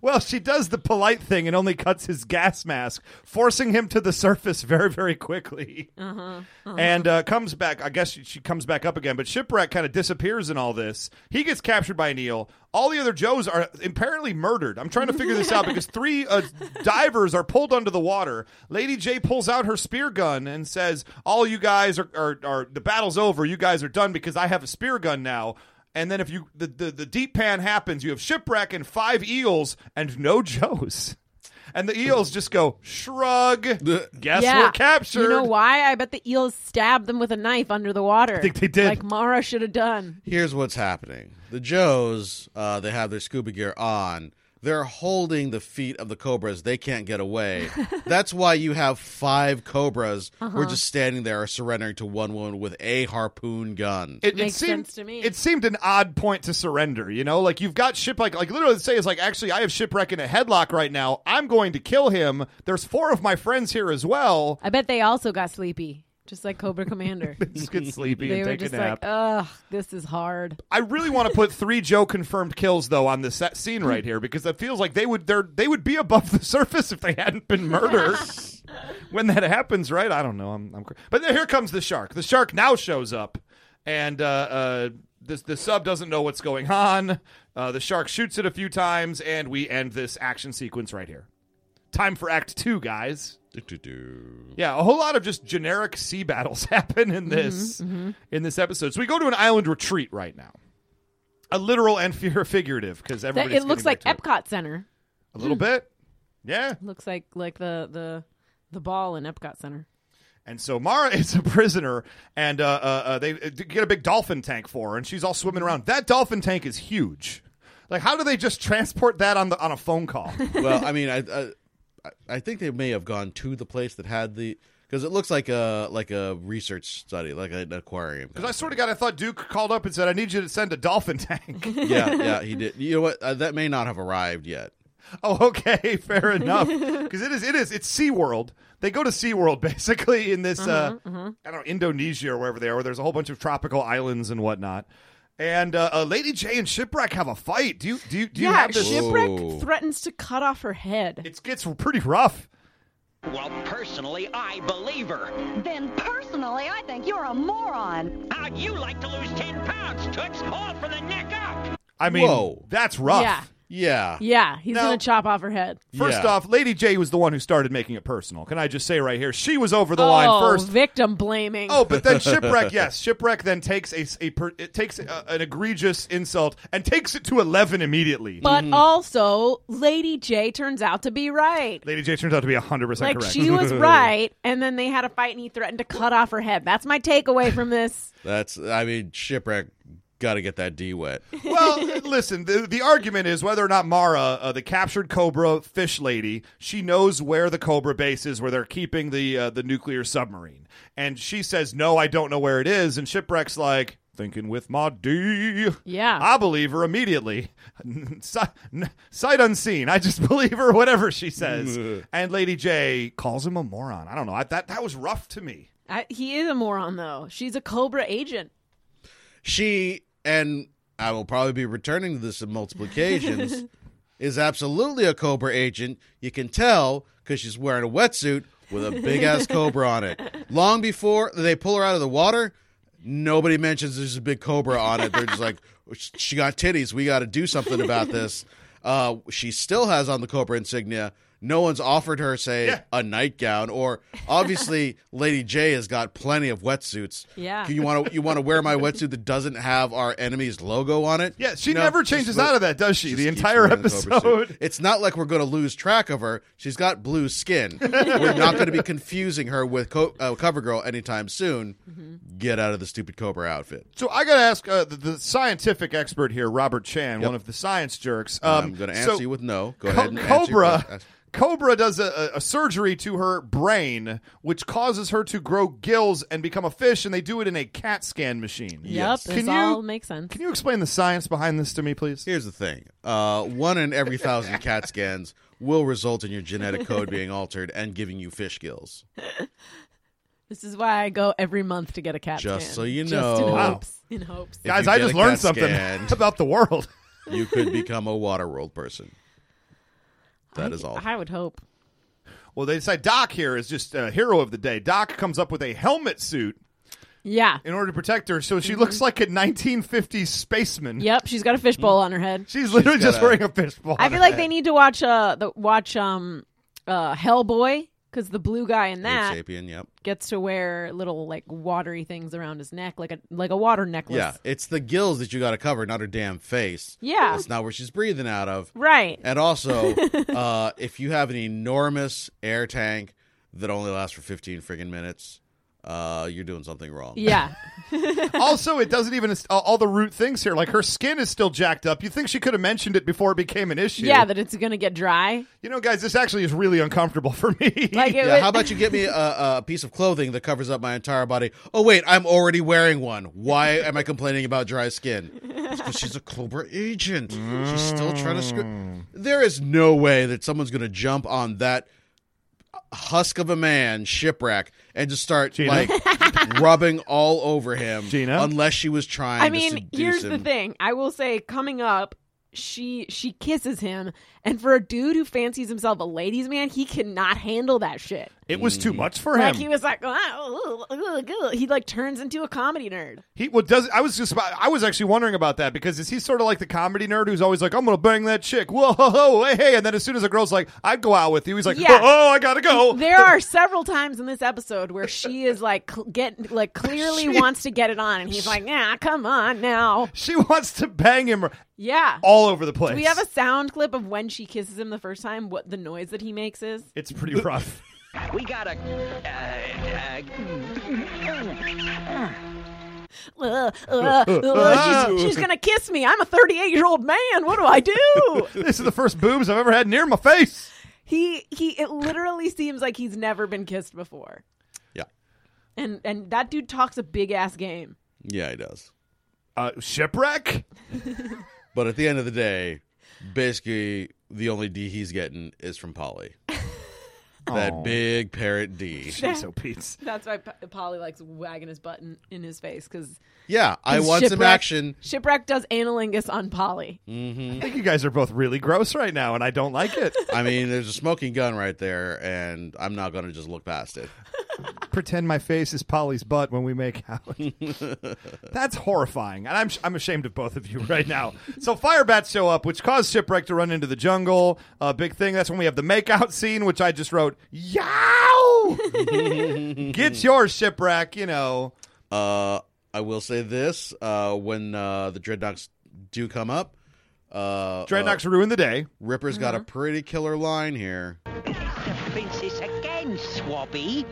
Speaker 4: Well, she does the polite thing and only cuts his gas mask, forcing him to the surface very, very quickly. And uh, comes back. I guess she, she comes back up again, but Shipwreck kind of disappears in all this. He gets captured by Neil. All the other Joes are apparently murdered. I'm trying to figure this out because three uh, divers are pulled under the water. Lady J pulls out her spear gun and says, All you guys are, are, are the battle's over. You guys are done because I have a spear gun now. And then if you the, the the deep pan happens, you have shipwreck and five eels and no Joes. And the eels just go shrug. Guess
Speaker 6: yeah.
Speaker 4: we're captured.
Speaker 6: You know why? I bet the eels stabbed them with a knife under the water. I
Speaker 4: think they did.
Speaker 6: Like Mara should have done.
Speaker 5: Here's what's happening: the Joes, uh, they have their scuba gear on. They're holding the feet of the cobras. They can't get away. That's why you have five cobras. who
Speaker 6: Uh-huh.
Speaker 5: are just standing there, surrendering to one woman with a harpoon gun.
Speaker 4: It,
Speaker 6: Makes
Speaker 4: seemed,
Speaker 6: sense to me.
Speaker 4: It seemed an odd point to surrender. You know, like you've got shipwreck. Like literally, say it's like actually, I have shipwreck in a headlock right now. I'm going to kill him. There's four of my friends here as well.
Speaker 6: I bet they also got sleepy, just like Cobra Commander.
Speaker 4: Just get sleepy
Speaker 6: they
Speaker 4: and
Speaker 6: were
Speaker 4: take
Speaker 6: just
Speaker 4: a
Speaker 6: like,
Speaker 4: nap.
Speaker 6: "Oh." ugh, this is hard.
Speaker 4: I really want to put three Joe confirmed kills though on this set- scene right here because it feels like they would they're, they would be above the surface if they hadn't been murdered. when that happens, right? I don't know. I'm, I'm cr- but then here comes the shark. The shark now shows up, and uh, uh, this the sub doesn't know what's going on. Uh, the shark shoots it a few times, and we end this action sequence right here. Time for Act Two, guys.
Speaker 5: Do-do-do.
Speaker 4: Yeah, a whole lot of just generic sea battles happen
Speaker 6: Mm-hmm,
Speaker 4: in this in this episode. So we go to an island retreat right now, a literal and figure- figurative because
Speaker 6: That,
Speaker 4: everybody
Speaker 6: it looks like Hmm. Epcot Center.
Speaker 4: a little bit. Yeah,
Speaker 6: Looks like like the the the ball in Epcot Center.
Speaker 4: And so Mara is a prisoner, and uh, uh, uh, they uh, get a big dolphin tank for her, and she's all swimming around. That dolphin tank is huge. Like, how do they just transport that on the on a phone call?
Speaker 5: well, I mean, I, I I think they may have gone to the place that had the because it looks like a like a research study, like an aquarium.
Speaker 4: Because I sort of got, I thought Duke called up and said, "I need you to send a dolphin tank."
Speaker 5: yeah, yeah, he did. You know what? Uh, that may not have arrived yet.
Speaker 4: oh, okay, fair enough. Because it is, it is, it's SeaWorld. They go to SeaWorld basically in this, uh, I don't know, Indonesia or wherever they are, where there's a whole bunch of tropical islands and whatnot. And uh, uh, Lady J and Shipwreck have a fight. Do you do you, do you
Speaker 6: yeah,
Speaker 4: have this?
Speaker 6: shipwreck
Speaker 5: Whoa.
Speaker 6: threatens to cut off her head.
Speaker 4: It gets pretty rough.
Speaker 8: Well, personally, I believe her.
Speaker 9: Then personally, I think you're a moron.
Speaker 8: How'd you like to lose 10 pounds, Toots? All from the neck up.
Speaker 4: I mean,
Speaker 5: Whoa.
Speaker 4: that's rough.
Speaker 6: Yeah.
Speaker 5: Yeah,
Speaker 6: Yeah, he's
Speaker 4: No.
Speaker 6: gonna chop off her head.
Speaker 4: First
Speaker 5: Yeah.
Speaker 4: off, Lady J was the one who started making it personal. Can I just say right here, she was over the
Speaker 6: oh,
Speaker 4: line first.
Speaker 6: victim blaming.
Speaker 4: Oh, but then shipwreck, yes, shipwreck then takes a, a per, it takes a, an egregious insult and takes it to eleven immediately.
Speaker 6: but also Lady J turns out to be right.
Speaker 4: Lady J turns out to be hundred percent
Speaker 6: Like
Speaker 4: correct.
Speaker 6: she was right, and then they had a fight, and he threatened to cut off her head. That's my takeaway from this.
Speaker 5: that's. I mean, shipwreck. Got to get that D wet.
Speaker 4: well, listen, the, the argument is whether or not Mara, uh, the captured Cobra fish lady, she knows where the Cobra base is, where they're keeping the uh, the nuclear submarine, and she says, "No, I don't know where it is." And shipwreck's like. Thinking with my D.
Speaker 6: Yeah.
Speaker 4: I believe her immediately. Si- n- Sight unseen. I just believe her, whatever she says. and Lady J calls him a moron. I don't know. I, that, that was rough to me.
Speaker 6: I, he is a moron, though. She's a Cobra agent.
Speaker 5: She and I will probably be returning to this in multiple occasions. is absolutely a cobra agent. You can tell because she's wearing a wetsuit with a big ass cobra on it. Long before they pull her out of the water, nobody mentions there's a big cobra on it. They're just like, she got titties. We got to do something about this. Uh, she still has on the cobra insignia. No one's offered her, say,
Speaker 4: Yeah.
Speaker 5: a nightgown, or obviously Lady J has got plenty of wetsuits.
Speaker 6: Yeah.
Speaker 5: you want to you want to wear my wetsuit that doesn't have our enemy's logo on it?
Speaker 4: Yeah, she
Speaker 5: No,
Speaker 4: never
Speaker 5: just
Speaker 4: changes
Speaker 5: let-
Speaker 4: out of that, does she?
Speaker 5: just
Speaker 4: The
Speaker 5: keeps
Speaker 4: entire
Speaker 5: wearing the Cobra suit.
Speaker 4: episode.
Speaker 5: It's not like we're going to lose track of her. She's got blue skin. we're not going to be confusing her with co- uh, CoverGirl anytime soon.
Speaker 4: Mm-hmm.
Speaker 5: Get out of the stupid Cobra outfit.
Speaker 4: So I got to ask uh, the, the scientific expert here, Robert Chan, one of the science jerks. Um,
Speaker 5: I'm going to
Speaker 4: so
Speaker 5: answer you with no. Go
Speaker 4: Co-
Speaker 5: ahead. And answer your
Speaker 4: Cobra.
Speaker 5: question.
Speaker 4: Cobra does a, a- a surgery to her brain, which causes her to grow gills and become a fish, and they do it in a CAT scan machine.
Speaker 6: Yep,
Speaker 4: Can
Speaker 6: this
Speaker 4: you
Speaker 6: all makes sense.
Speaker 4: can you explain the science behind this to me, please?
Speaker 5: Here's the thing: uh, one in every thousand CAT scans will result in your genetic code being altered and giving you fish gills.
Speaker 6: This is why I go every month to get a cat.
Speaker 5: Just
Speaker 6: scan.
Speaker 5: so you
Speaker 6: Just in
Speaker 5: know. Wow.
Speaker 6: hopes. In hopes.
Speaker 5: If
Speaker 4: Guys,
Speaker 5: you
Speaker 4: I
Speaker 5: get
Speaker 4: just
Speaker 5: a
Speaker 4: learned
Speaker 5: CAT
Speaker 4: something
Speaker 5: scan,
Speaker 4: about the world.
Speaker 5: you could become a water world person. That is all.
Speaker 6: I would hope.
Speaker 4: Well, they decide Doc here is just a hero of the day. Doc comes up with a helmet suit
Speaker 6: Yeah.
Speaker 4: in order to protect her, so she
Speaker 6: Mm-hmm.
Speaker 4: looks like a 1950s spaceman.
Speaker 6: Yep. She's got a fishbowl on her head.
Speaker 4: She's literally
Speaker 5: got
Speaker 4: just
Speaker 5: a-
Speaker 4: wearing a fishbowl.
Speaker 6: I feel like they need to watch uh the watch um uh Hellboy because the blue guy in that
Speaker 5: Ape sapien. Yep.
Speaker 6: gets to wear little like watery things around his neck like a like a water necklace.
Speaker 5: Yeah, it's the gills that you got to cover, not her damn face.
Speaker 6: Yeah.
Speaker 5: that's not where she's breathing out of.
Speaker 6: Right.
Speaker 5: And also, uh, if you have an enormous air tank that only lasts for 15 friggin' minutes, uh, you're doing something wrong.
Speaker 6: Yeah.
Speaker 4: also, it doesn't even all- all the root things here. Like her skin is still jacked up. You think she could have mentioned it before it became an issue?
Speaker 6: yeah. That it's gonna get dry.
Speaker 4: you know, guys, this actually is really uncomfortable for me.
Speaker 6: Like it
Speaker 5: Yeah,
Speaker 6: would-
Speaker 5: how about you get me a, a piece of clothing that covers up my entire body? Oh wait, I'm already wearing one. Why am I complaining about dry skin? It's 'cause she's a Cobra agent. She's still trying to
Speaker 4: Mm.
Speaker 5: screw. There is no way that someone's going to jump on that husk of a man shipwreck and just start
Speaker 4: Gina?
Speaker 5: like rubbing all over him.
Speaker 4: Gina?
Speaker 5: unless she was trying.
Speaker 6: I
Speaker 5: to
Speaker 6: mean,
Speaker 5: seduce
Speaker 6: here's the
Speaker 5: him.
Speaker 6: thing. I will say, coming up, she she kisses him, and for a dude who fancies himself a ladies' man, he cannot handle that shit.
Speaker 4: it was too much for
Speaker 6: Like
Speaker 4: him.
Speaker 6: he was like, "Ah, ooh, ooh, ooh." he like turns into a comedy nerd.
Speaker 4: He well does I was just about, I was actually wondering about that because is he sort of like the comedy nerd who's always like I'm gonna bang that chick whoa ho, ho, hey hey and then as soon as a girl's like I'd go out with you he's like
Speaker 6: Yeah.
Speaker 4: oh I gotta go
Speaker 6: There are several times in this episode where she is like cl- get like clearly wants to get it on, and he's like, "Yeah, come on now,
Speaker 4: she wants to bang him
Speaker 6: yeah."
Speaker 4: all over the place
Speaker 6: we have a sound clip of when she kisses him the first time. What the noise that he makes is?
Speaker 4: it's pretty rough
Speaker 8: We got a. Uh, uh,
Speaker 6: Ugh, ugh, ugh, she's, she's gonna kiss me. I'm a 38 year old man. What do I do?
Speaker 4: This is the first boobs I've ever had near my face.
Speaker 6: He he. It literally seems like he's never been kissed before.
Speaker 5: Yeah.
Speaker 6: And and that dude talks a big ass game.
Speaker 5: Yeah, he does.
Speaker 4: Uh, shipwreck?
Speaker 5: But at the end of the day, basically the only D he's getting is from Polly. that big parrot D.
Speaker 4: Jeez, so Pete's.
Speaker 6: That's why P- Polly likes wagging his butt in, in his face because
Speaker 5: Yeah, I want some action. Mm.
Speaker 6: Shipwreck does analingus on Polly.
Speaker 4: I think you guys are both really gross right now, and I don't like it.
Speaker 5: I mean, there's a smoking gun right there, and I'm not going to just look past it.
Speaker 4: Pretend my face is Polly's butt when we make out. That's horrifying, and I'm I'm ashamed of both of you right now. So fire bats show up, which cause shipwreck to run into the jungle. A big thing. That's when we have the makeout scene, which I just wrote. Yow! Get your shipwreck. You know.
Speaker 5: Uh, I will say this: uh, when uh, the dreadnoughts do come up, uh,
Speaker 4: Dreadnoughts
Speaker 5: uh,
Speaker 4: ruin the day.
Speaker 5: Ripper's got a
Speaker 4: Mm-hmm.
Speaker 5: pretty killer line here.
Speaker 8: the princess again, Swabby.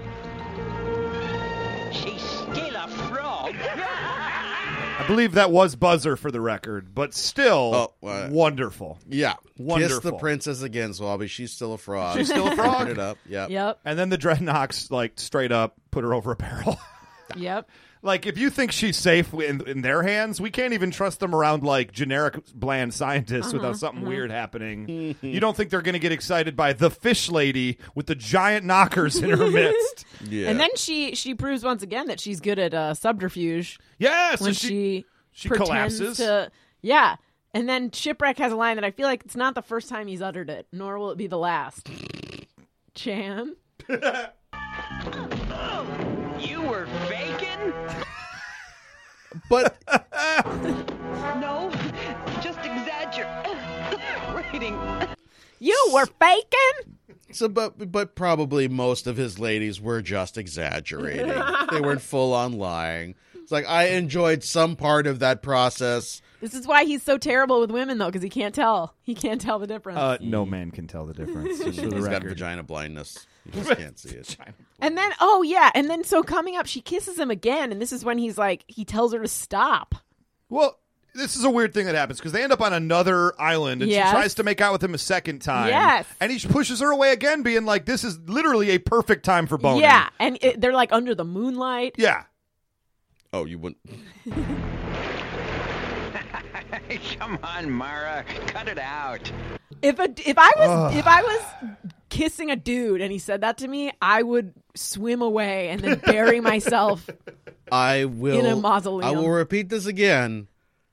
Speaker 8: She's still a frog.
Speaker 4: I believe that was buzzer for the record, but still
Speaker 5: Oh, uh,
Speaker 4: wonderful.
Speaker 5: Yeah, kiss the
Speaker 4: Wonderful.
Speaker 5: princess again, Swabby. She's still a fraud. She's
Speaker 4: still a frog.
Speaker 5: it up. Yeah.
Speaker 6: Yep.
Speaker 4: And then the dreadnoughts like straight up put her over a barrel.
Speaker 6: Yep.
Speaker 4: like if you think she's safe in, in their hands, we can't even trust them around like generic bland scientists
Speaker 6: Uh-huh,
Speaker 4: without something weird happening. you don't think they're going to get excited by the fish lady with the giant knockers in her midst?
Speaker 5: Yeah.
Speaker 6: And then she she proves once again that she's good at uh, subterfuge
Speaker 4: Yeah, so
Speaker 6: when
Speaker 4: she,
Speaker 6: she
Speaker 4: she
Speaker 6: pretends
Speaker 4: collapses.
Speaker 6: to yeah. And then Shipwreck has a line that I feel like it's not the first time he's uttered it, nor will it be the last. Chan.
Speaker 8: You were faking?
Speaker 5: but
Speaker 7: No, just exaggerating.
Speaker 6: You were faking.
Speaker 5: so, but but probably most of his ladies were just exaggerating. they weren't full on lying. It's like I enjoyed some part of that process.
Speaker 6: This is why he's so terrible with women, though, because he can't tell. He can't tell the difference.
Speaker 4: uh, no man can tell the difference. Just for the
Speaker 5: He's got
Speaker 4: record.
Speaker 5: vagina blindness. You just can't see it.
Speaker 6: and then, oh yeah, and then so coming up, she kisses him again, and this is when he's like, he tells her to stop.
Speaker 4: Well, this is a weird thing that happens because they end up on another island and
Speaker 6: Yes.
Speaker 4: she tries to make out with him a second time.
Speaker 6: Yes.
Speaker 4: And he pushes her away again, being like, this is literally a perfect time for boning.
Speaker 6: Yeah, and it, they're like under the moonlight.
Speaker 4: Yeah.
Speaker 5: Oh, you wouldn't.
Speaker 8: Come on, Mara. Cut it out.
Speaker 6: If a if I was if I was kissing a dude and he said that to me, I would swim away and then bury myself.
Speaker 5: I will.
Speaker 6: In a mausoleum.
Speaker 5: I will repeat this again.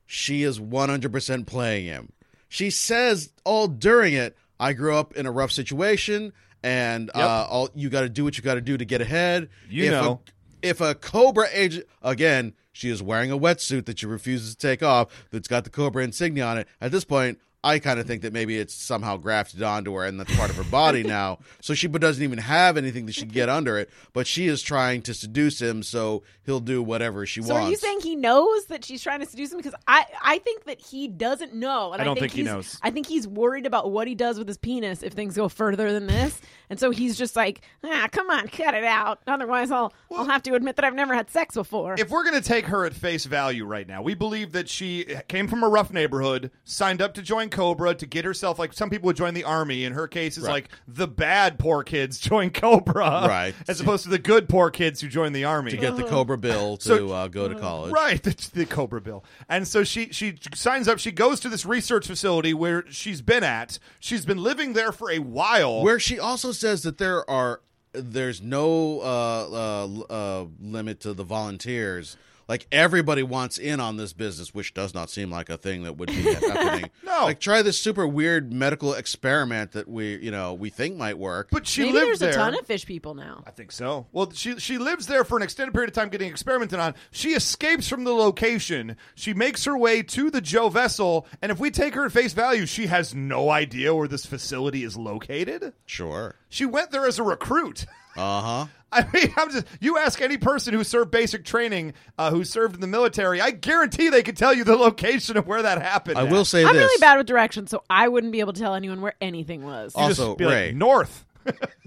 Speaker 5: She is 100% playing him. She says all during it, I grew up in a rough situation, and uh, all you got to do what you got to do to get ahead.
Speaker 4: You
Speaker 5: if
Speaker 4: know.
Speaker 5: A, if a Cobra agent, again, she is wearing a wetsuit that she refuses to take off that's got the Cobra insignia on it. At this point, I kind of think that maybe it's somehow grafted onto her and that's part of her body now. So she but doesn't even have anything that she can get under it, but she is trying to seduce him so he'll do whatever she
Speaker 6: So
Speaker 5: wants.
Speaker 6: are you saying he knows that she's trying to seduce him? Because I I think that he doesn't know. And
Speaker 4: I don't think he
Speaker 6: he's-
Speaker 4: knows.
Speaker 6: I think he's worried about what he does with his penis if things go further than this, and so he's just like, ah, come on, cut it out. Otherwise, I'll I'll have to admit that I've never had sex before.
Speaker 4: If we're going to take her at face value right now, we believe that she came from a rough neighborhood, signed up to join Cobra to get herself, like some people would join the army. In her case, is like the bad poor kids join Cobra.
Speaker 5: Right.
Speaker 4: As opposed to the good poor kids who join the army.
Speaker 5: to get the Cobra Bill to
Speaker 4: So-
Speaker 5: uh, go to college?
Speaker 4: Right, the, the Cobra Bill. And so she she signs up. She goes to this research facility where she's been at. She's been living there for a while.
Speaker 5: Where she also says that there are there's no uh, uh, uh, limit to the volunteers. Like everybody wants in on this business, which does not seem like a thing that would be happening.
Speaker 4: No.
Speaker 5: like try this super weird medical experiment that we you know we think might work.
Speaker 4: but she
Speaker 6: Maybe
Speaker 4: lives
Speaker 6: there's
Speaker 4: there.
Speaker 6: a ton of fish people now.
Speaker 4: I think so. Well, she she lives there for an extended period of time, getting experimented on. She escapes from the location. She makes her way to the Joe vessel, and if we take her at face value, she has no idea where this facility is located.
Speaker 5: sure,
Speaker 4: She went there as a recruit.
Speaker 5: uh huh.
Speaker 4: I mean, I'm just, you ask any person who served basic training, uh, who served in the military, I guarantee they could tell you the location of where that happened.
Speaker 5: I
Speaker 4: at.
Speaker 5: will say
Speaker 6: I'm
Speaker 5: this.
Speaker 6: really bad with directions, so I wouldn't be able to tell anyone where anything was.
Speaker 4: You just
Speaker 5: Also,
Speaker 4: be like,
Speaker 5: Ray.
Speaker 4: north.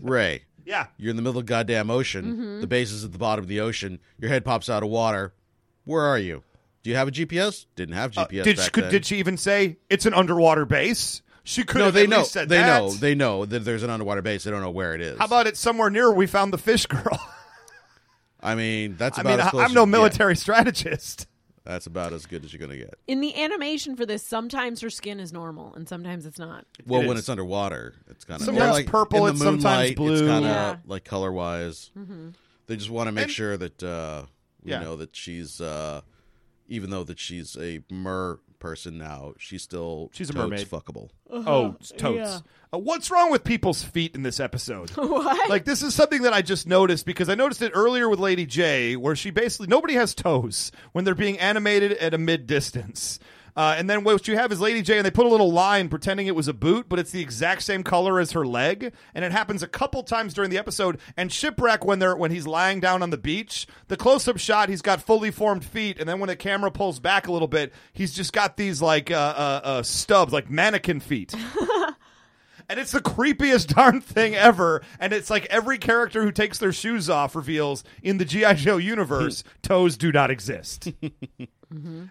Speaker 5: Ray,
Speaker 4: Yeah.
Speaker 5: You're in the middle of the goddamn ocean.
Speaker 6: Mm-hmm.
Speaker 5: The base is at the bottom of the ocean. Your head pops out of water. Where are you? Do you have a GPS? Didn't have
Speaker 4: Uh,
Speaker 5: GPS.
Speaker 4: did
Speaker 5: back
Speaker 4: she could,
Speaker 5: then.
Speaker 4: did she even say it's an underwater base? She could
Speaker 5: No,
Speaker 4: have
Speaker 5: they
Speaker 4: at
Speaker 5: know.
Speaker 4: least said
Speaker 5: they
Speaker 4: that.
Speaker 5: know. They know that there's an underwater base. They don't know where it is.
Speaker 4: How about it's somewhere near where we found the fish girl?
Speaker 5: I mean, that's
Speaker 4: I
Speaker 5: about
Speaker 4: mean,
Speaker 5: as
Speaker 4: I-
Speaker 5: close
Speaker 4: I'm no
Speaker 5: as you get.
Speaker 4: military strategist.
Speaker 5: That's about as good as you're gonna get.
Speaker 6: In the animation for this, sometimes her skin is normal and sometimes it's not.
Speaker 5: Well,
Speaker 4: It
Speaker 5: when
Speaker 4: is.
Speaker 5: it's underwater, it's kind of
Speaker 4: Sometimes purple,
Speaker 5: in
Speaker 4: it's
Speaker 5: the
Speaker 4: sometimes
Speaker 5: moonlight, It's
Speaker 4: blue.
Speaker 5: kind of
Speaker 6: Yeah.
Speaker 5: like color wise. They just want to make sure that uh, we
Speaker 4: Yeah.
Speaker 5: know that she's, uh, even though that she's a mer person now, she's still
Speaker 4: She's a
Speaker 5: totes
Speaker 4: mermaid.
Speaker 5: Fuckable.
Speaker 4: Oh, it's totes. Uh, what's wrong with people's feet in this episode? what? Like this is something that I just noticed because I noticed it earlier with Lady J, where she basically nobody has toes when they're being animated at a mid distance. Uh, and then what you have is Lady J, and they put a little line pretending it was a boot, but it's the exact same color as her leg. And it happens a couple times during the episode. And shipwreck when they're when he's lying down on the beach, the close up shot he's got fully formed feet, and then when the camera pulls back a little bit, he's just got these like uh, uh, uh, stubs, like mannequin feet. And it's the creepiest darn thing ever. And it's like every character who takes their shoes off reveals in the G.I. Joe universe, toes do not exist.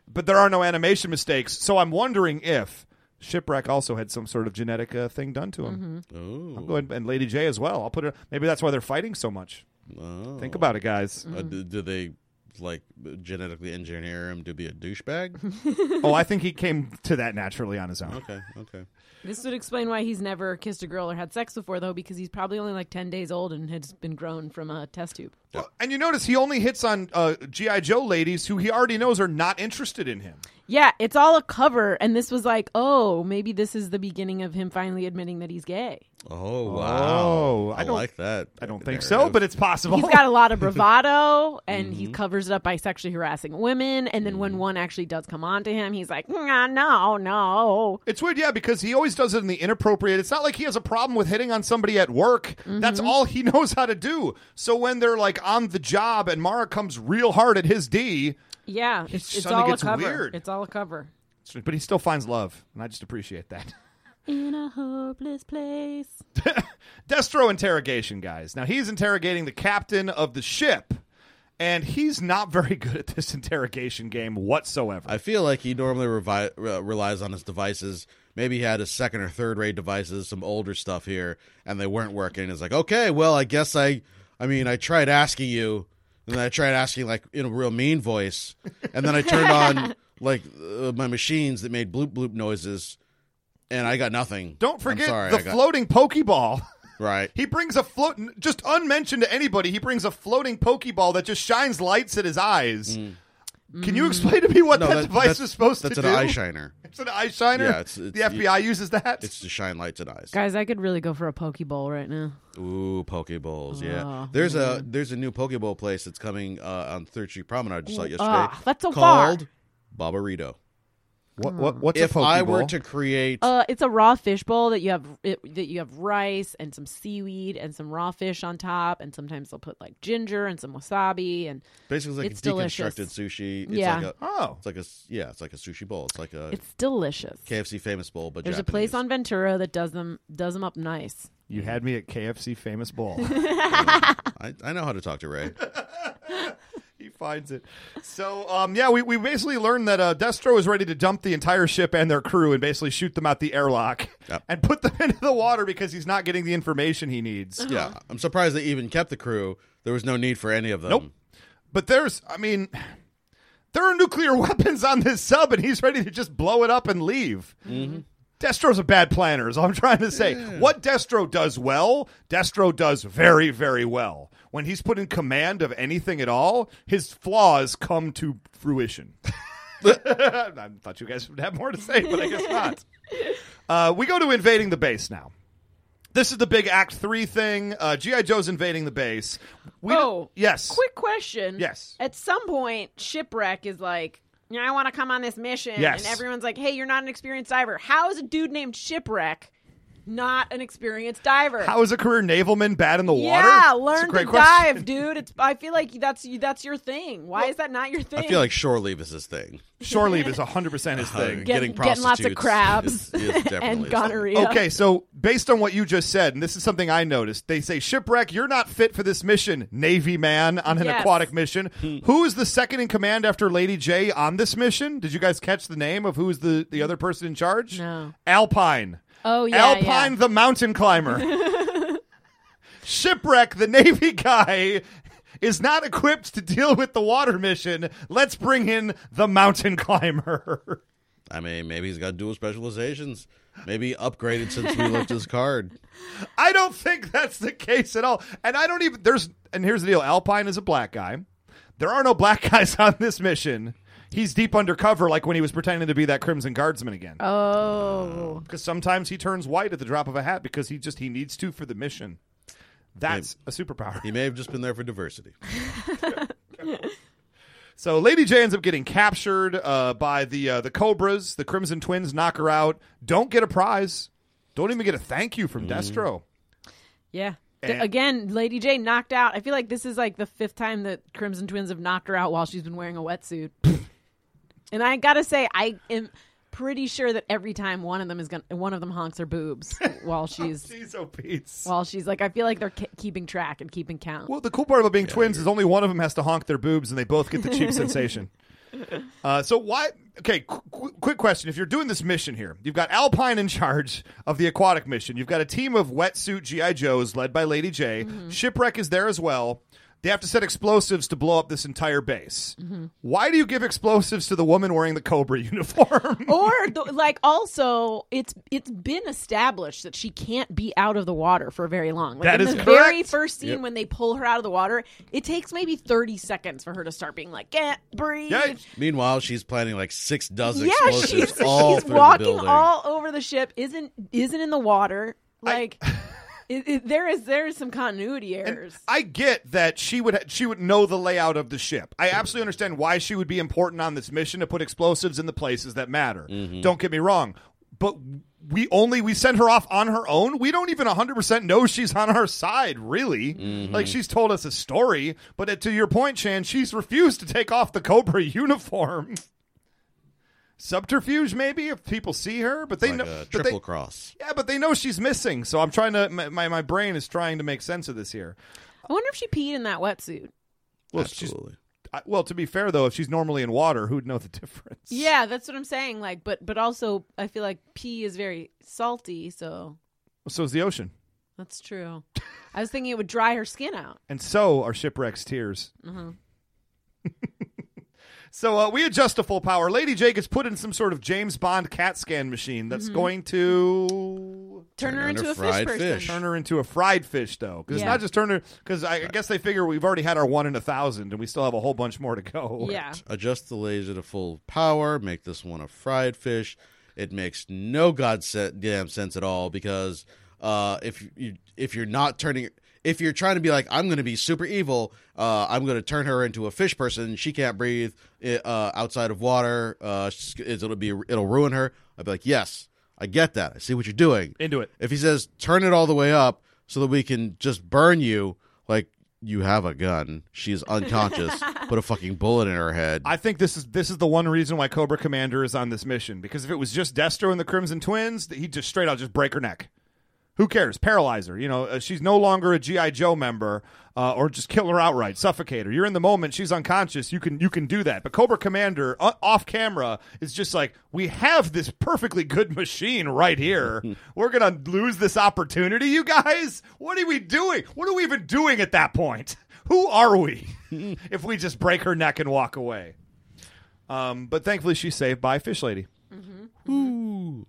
Speaker 4: But there are no animation mistakes. So I'm wondering if Shipwreck also had some sort of genetic uh, thing done to
Speaker 6: Mm-hmm.
Speaker 4: him.
Speaker 5: Oh,
Speaker 4: I'll go ahead and Lady J as well. I'll put it. Maybe that's why they're fighting so much. Think about it, guys.
Speaker 5: oh. Uh, do, do they like genetically engineer him to be a douchebag?
Speaker 4: oh, I think he came to that naturally on his own.
Speaker 5: Mm-hmm. okay, okay.
Speaker 6: This would explain why he's never kissed a girl or had sex before, though, because he's probably only like 10 days old and has been grown from a test tube.
Speaker 4: Well, and you notice he only hits on uh, G.I. Joe ladies who he already knows are not interested in him.
Speaker 6: Yeah, it's all a cover. And this was like, oh, maybe this is the beginning of him finally admitting that he's gay.
Speaker 5: Oh wow!
Speaker 4: Oh,
Speaker 5: I,
Speaker 4: don't-
Speaker 5: like that.
Speaker 4: I don't think so, but it's possible.
Speaker 6: He's got a lot of bravado, and he
Speaker 4: Mm-hmm.
Speaker 6: covers it up by sexually harassing women. And then when one actually does come on to him, he's like, nah, no, no.
Speaker 4: It's weird, yeah, because he always does it in the inappropriate. It's not like he has a problem with hitting on somebody at work. That's all he knows how to do. So when they're like on the job and Mara comes real hard at his D,
Speaker 6: Yeah, it's, it's
Speaker 4: suddenly
Speaker 6: all a
Speaker 4: gets
Speaker 6: cover.
Speaker 4: weird.
Speaker 6: It's all a cover.
Speaker 4: but he still finds love, and I just appreciate that.
Speaker 6: In a hopeless place.
Speaker 4: Destro interrogation, guys. Now he's interrogating the captain of the ship, and he's not very good at this interrogation game whatsoever.
Speaker 5: I feel like he normally revi- re- relies on his devices. Maybe he had his second or third rate devices, some older stuff here, and they weren't working. It's like, okay, well, I guess I, I mean, I tried asking you, and then I tried asking like in a real mean voice, and then I turned on like uh, my machines that made bloop bloop noises, and I got nothing.
Speaker 4: Don't
Speaker 5: I'm
Speaker 4: forget
Speaker 5: sorry,
Speaker 4: the
Speaker 5: I got-
Speaker 4: floating pokeball.
Speaker 5: Right.
Speaker 4: He brings a float, just unmentioned to anybody. He brings a floating pokeball that just shines lights at his eyes. Can you explain to me what
Speaker 5: No,
Speaker 4: that,
Speaker 5: that-
Speaker 4: device
Speaker 5: that's-
Speaker 4: is supposed
Speaker 5: that's
Speaker 4: to
Speaker 5: an
Speaker 4: do?
Speaker 5: eye shiner.
Speaker 4: It's an eye shiner.
Speaker 5: Yeah, it's- it's-
Speaker 4: the FBI uses that.
Speaker 5: It's to shine lights and eyes.
Speaker 6: Guys, I could really go for a poke bowl right now.
Speaker 5: Ooh, Pokeballs. Yeah,
Speaker 6: Oh,
Speaker 5: there's a there's a new Pokeball place that's coming uh, on Third Street Promenade. I just saw it yesterday.
Speaker 6: ah, that's so far.
Speaker 5: called Bobarito.
Speaker 4: what, what, what's
Speaker 5: If I were to create,
Speaker 6: Uh, it's a raw fish bowl that you have it, that you have rice and some seaweed and some raw fish on top, and sometimes they'll put like ginger and some wasabi and
Speaker 5: basically like
Speaker 6: it's
Speaker 5: a deconstructed
Speaker 6: delicious.
Speaker 5: sushi. It's
Speaker 6: Yeah.
Speaker 5: Like a,
Speaker 4: Oh.
Speaker 5: It's like a s- yeah. It's like a sushi bowl. It's like a
Speaker 6: it's delicious.
Speaker 5: KFC famous bowl, but
Speaker 6: There's a
Speaker 5: Japanese.
Speaker 6: place on Ventura that does them does them up nice.
Speaker 4: you had me at KFC Famous Bowl.
Speaker 5: I, I know how to talk to Ray.
Speaker 4: he finds it. So, um, yeah, we, we basically learned that uh, Destro is ready to dump the entire ship and their crew and basically shoot them out the airlock
Speaker 5: Yep.
Speaker 4: and put them into the water because he's not getting the information he needs.
Speaker 5: yeah, I'm surprised they even kept the crew. There was no need for any of them.
Speaker 4: Nope. But there's, I mean, there are nuclear weapons on this sub, and he's ready to just blow it up and leave.
Speaker 6: Mm-hmm.
Speaker 4: Destro's a bad planner, is all I'm trying to say. What Destro does well, Destro does very, very well. When he's put in command of anything at all, his flaws come to fruition. I thought you guys would have more to say, but I guess not. Uh, we go to invading the base now. This is the big Act Three thing. Uh, GI Joe's invading the base. We
Speaker 6: oh,
Speaker 4: yes.
Speaker 6: Quick question.
Speaker 4: Yes.
Speaker 6: At some point, shipwreck is like, "Yeah, I want to come on this mission.
Speaker 4: Yes.
Speaker 6: And everyone's like, hey, you're not an experienced diver. How is a dude named shipwreck not an experienced diver.
Speaker 4: How is a career navalman bad in the water?
Speaker 6: Yeah,
Speaker 4: It's a
Speaker 6: learn to
Speaker 4: great question.
Speaker 6: dive, dude. It's I feel like that's that's your thing. Why is that not your thing?
Speaker 5: I feel like shore leave is his thing.
Speaker 4: Shore leave is 100% his thing.
Speaker 6: Get-
Speaker 5: getting
Speaker 6: getting lots of
Speaker 5: prostitutes is-
Speaker 6: crabs
Speaker 5: is definitely his
Speaker 6: and
Speaker 5: thing.
Speaker 6: gonorrhea.
Speaker 4: Okay, so based on what you just said, and this is something I noticed, they say, Shipwreck, you're not fit for this mission, Navy man on an
Speaker 6: Yes.
Speaker 4: aquatic mission. who is the second in command after Lady J on this mission? Did you guys catch the name of who's the, the other person in charge?
Speaker 6: No.
Speaker 4: Alpine.
Speaker 6: Oh, yeah,
Speaker 4: Alpine
Speaker 6: yeah.
Speaker 4: the mountain climber. Shipwreck, the Navy guy. Is not equipped to deal with the water mission. Let's bring in the mountain climber.
Speaker 5: I mean, maybe he's got dual specializations. Maybe he upgraded since we left his card.
Speaker 4: I don't think that's the case at all. And I don't even there's and here's the deal. Alpine is a black guy. There are no black guys on this mission. He's deep undercover, like when he was pretending to be that Crimson Guardsman again.
Speaker 6: Oh,
Speaker 4: Because sometimes he turns white at the drop of a hat because he just he needs to for the mission. That's a superpower.
Speaker 5: He may have just been there for diversity.
Speaker 4: So Lady J ends up getting captured uh, by the uh, the Cobras. The Crimson Twins knock her out. Don't get a prize. Don't even get a thank you from Destro.
Speaker 6: yeah. D-
Speaker 4: And-
Speaker 6: Again, Lady J knocked out. I feel like this is like the fifth time that Crimson Twins have knocked her out while she's been wearing a wetsuit. and I gotta say, I am pretty sure that every time one of them is gonna one of them honks her boobs while she's
Speaker 4: Jeez, oh, Pete.
Speaker 6: while she's like. I feel like they're ke- keeping track and keeping count.
Speaker 4: Well, the cool part about being twins is only one of them has to honk their boobs, and they both get the cheap sensation. Uh, so why? Okay, qu- qu- quick question: If you're doing this mission here, you've got Alpine in charge of the aquatic mission. You've got a team of wetsuit GI Joes led by Lady J. Shipwreck is there as well. They have to set explosives to blow up this entire base. Why do you give explosives to the woman wearing the Cobra uniform?
Speaker 6: or the, like also it's it's been established that she can't be out of the water for very long like
Speaker 4: That
Speaker 6: in
Speaker 4: is
Speaker 6: the
Speaker 4: correct.
Speaker 6: very first scene when they pull her out of the water it takes maybe 30 seconds for her to start being like can't breathe
Speaker 4: Yeah,
Speaker 5: Meanwhile, she's planning like six dozen
Speaker 6: yeah
Speaker 5: explosives
Speaker 6: she's,
Speaker 5: all
Speaker 6: she's
Speaker 5: through the
Speaker 6: walking
Speaker 5: building. Uh,
Speaker 6: all over the ship isn't isn't in the water like it, it- there is there is some continuity errors
Speaker 4: I get that she would she would know the layout of the ship.
Speaker 5: Mm-hmm.
Speaker 4: I absolutely understand why she would be important on this mission to put explosives in the places that matter.
Speaker 5: Mm-hmm.
Speaker 4: Don't get me wrong, but we only we send her off on her own. We don't even 100% know she's on our side, really.
Speaker 5: Mm-hmm.
Speaker 4: Like she's told us a story, but to your point, Chan, she's refused to take off the Cobra uniform. Subterfuge maybe if people see her, but they
Speaker 5: Like
Speaker 4: know
Speaker 5: a
Speaker 4: but they-
Speaker 5: triple cross.
Speaker 4: Yeah, but they know she's missing. So I'm trying to my, my, my brain is trying to make sense of this here.
Speaker 6: i wonder if she peed in that wetsuit
Speaker 4: Well, she's-
Speaker 5: Absolutely.
Speaker 4: I, well, to be fair though, if she's normally in water, who'd know the difference?
Speaker 6: yeah that's what i'm saying like but but also i feel like pee is very salty so
Speaker 4: So is the ocean,
Speaker 6: That's true. I was thinking it would dry her skin out.
Speaker 4: and so are shipwrecks' tears.
Speaker 6: Mm-hmm.
Speaker 4: so uh, we adjust to full power. Lady Jake is put in some sort of James Bond CAT scan machine
Speaker 6: Mm-hmm.
Speaker 4: that's going to
Speaker 6: Turn, her
Speaker 5: her
Speaker 6: into a fish
Speaker 5: fried
Speaker 6: person.
Speaker 5: fish.
Speaker 4: turn her into a fried fish, though. Because it's
Speaker 6: Yeah.
Speaker 4: not just turn her. Because I, I guess they figure we've already had our one in a thousand, and we still have a whole bunch more to go.
Speaker 6: Yeah.
Speaker 5: Adjust the laser to full power. Make this one a fried fish. It makes no goddamn sense at all because uh, if you if you're not turning if you're trying to be like I'm going to be super evil, uh, I'm going to turn her into a fish person. She can't breathe uh, outside of water. Uh, she's- it'll be it'll ruin her. I'd be like, yes, I get that. I see what you're doing.
Speaker 4: Into it.
Speaker 5: If he says turn it all the way up so that we can just burn you, like you have a gun. She's unconscious. Put a fucking bullet in her head.
Speaker 4: I think this is this is the one reason why Cobra Commander is on this mission because if it was just Destro and the Crimson Twins, th- he'd just straight out just break her neck. Who cares? Paralyze her. You know, uh, she's no longer a GI Joe member, uh, or just kill her outright, suffocate her. You're in the moment; she's unconscious. You can you can do that. But Cobra Commander, uh, off camera, is just like we have this perfectly good machine right here. We're gonna lose this opportunity, you guys. What are we doing? What are we even doing at that point? Who are we if we just break her neck and walk away? Um, but thankfully, she's saved by Fish Lady. Ooh.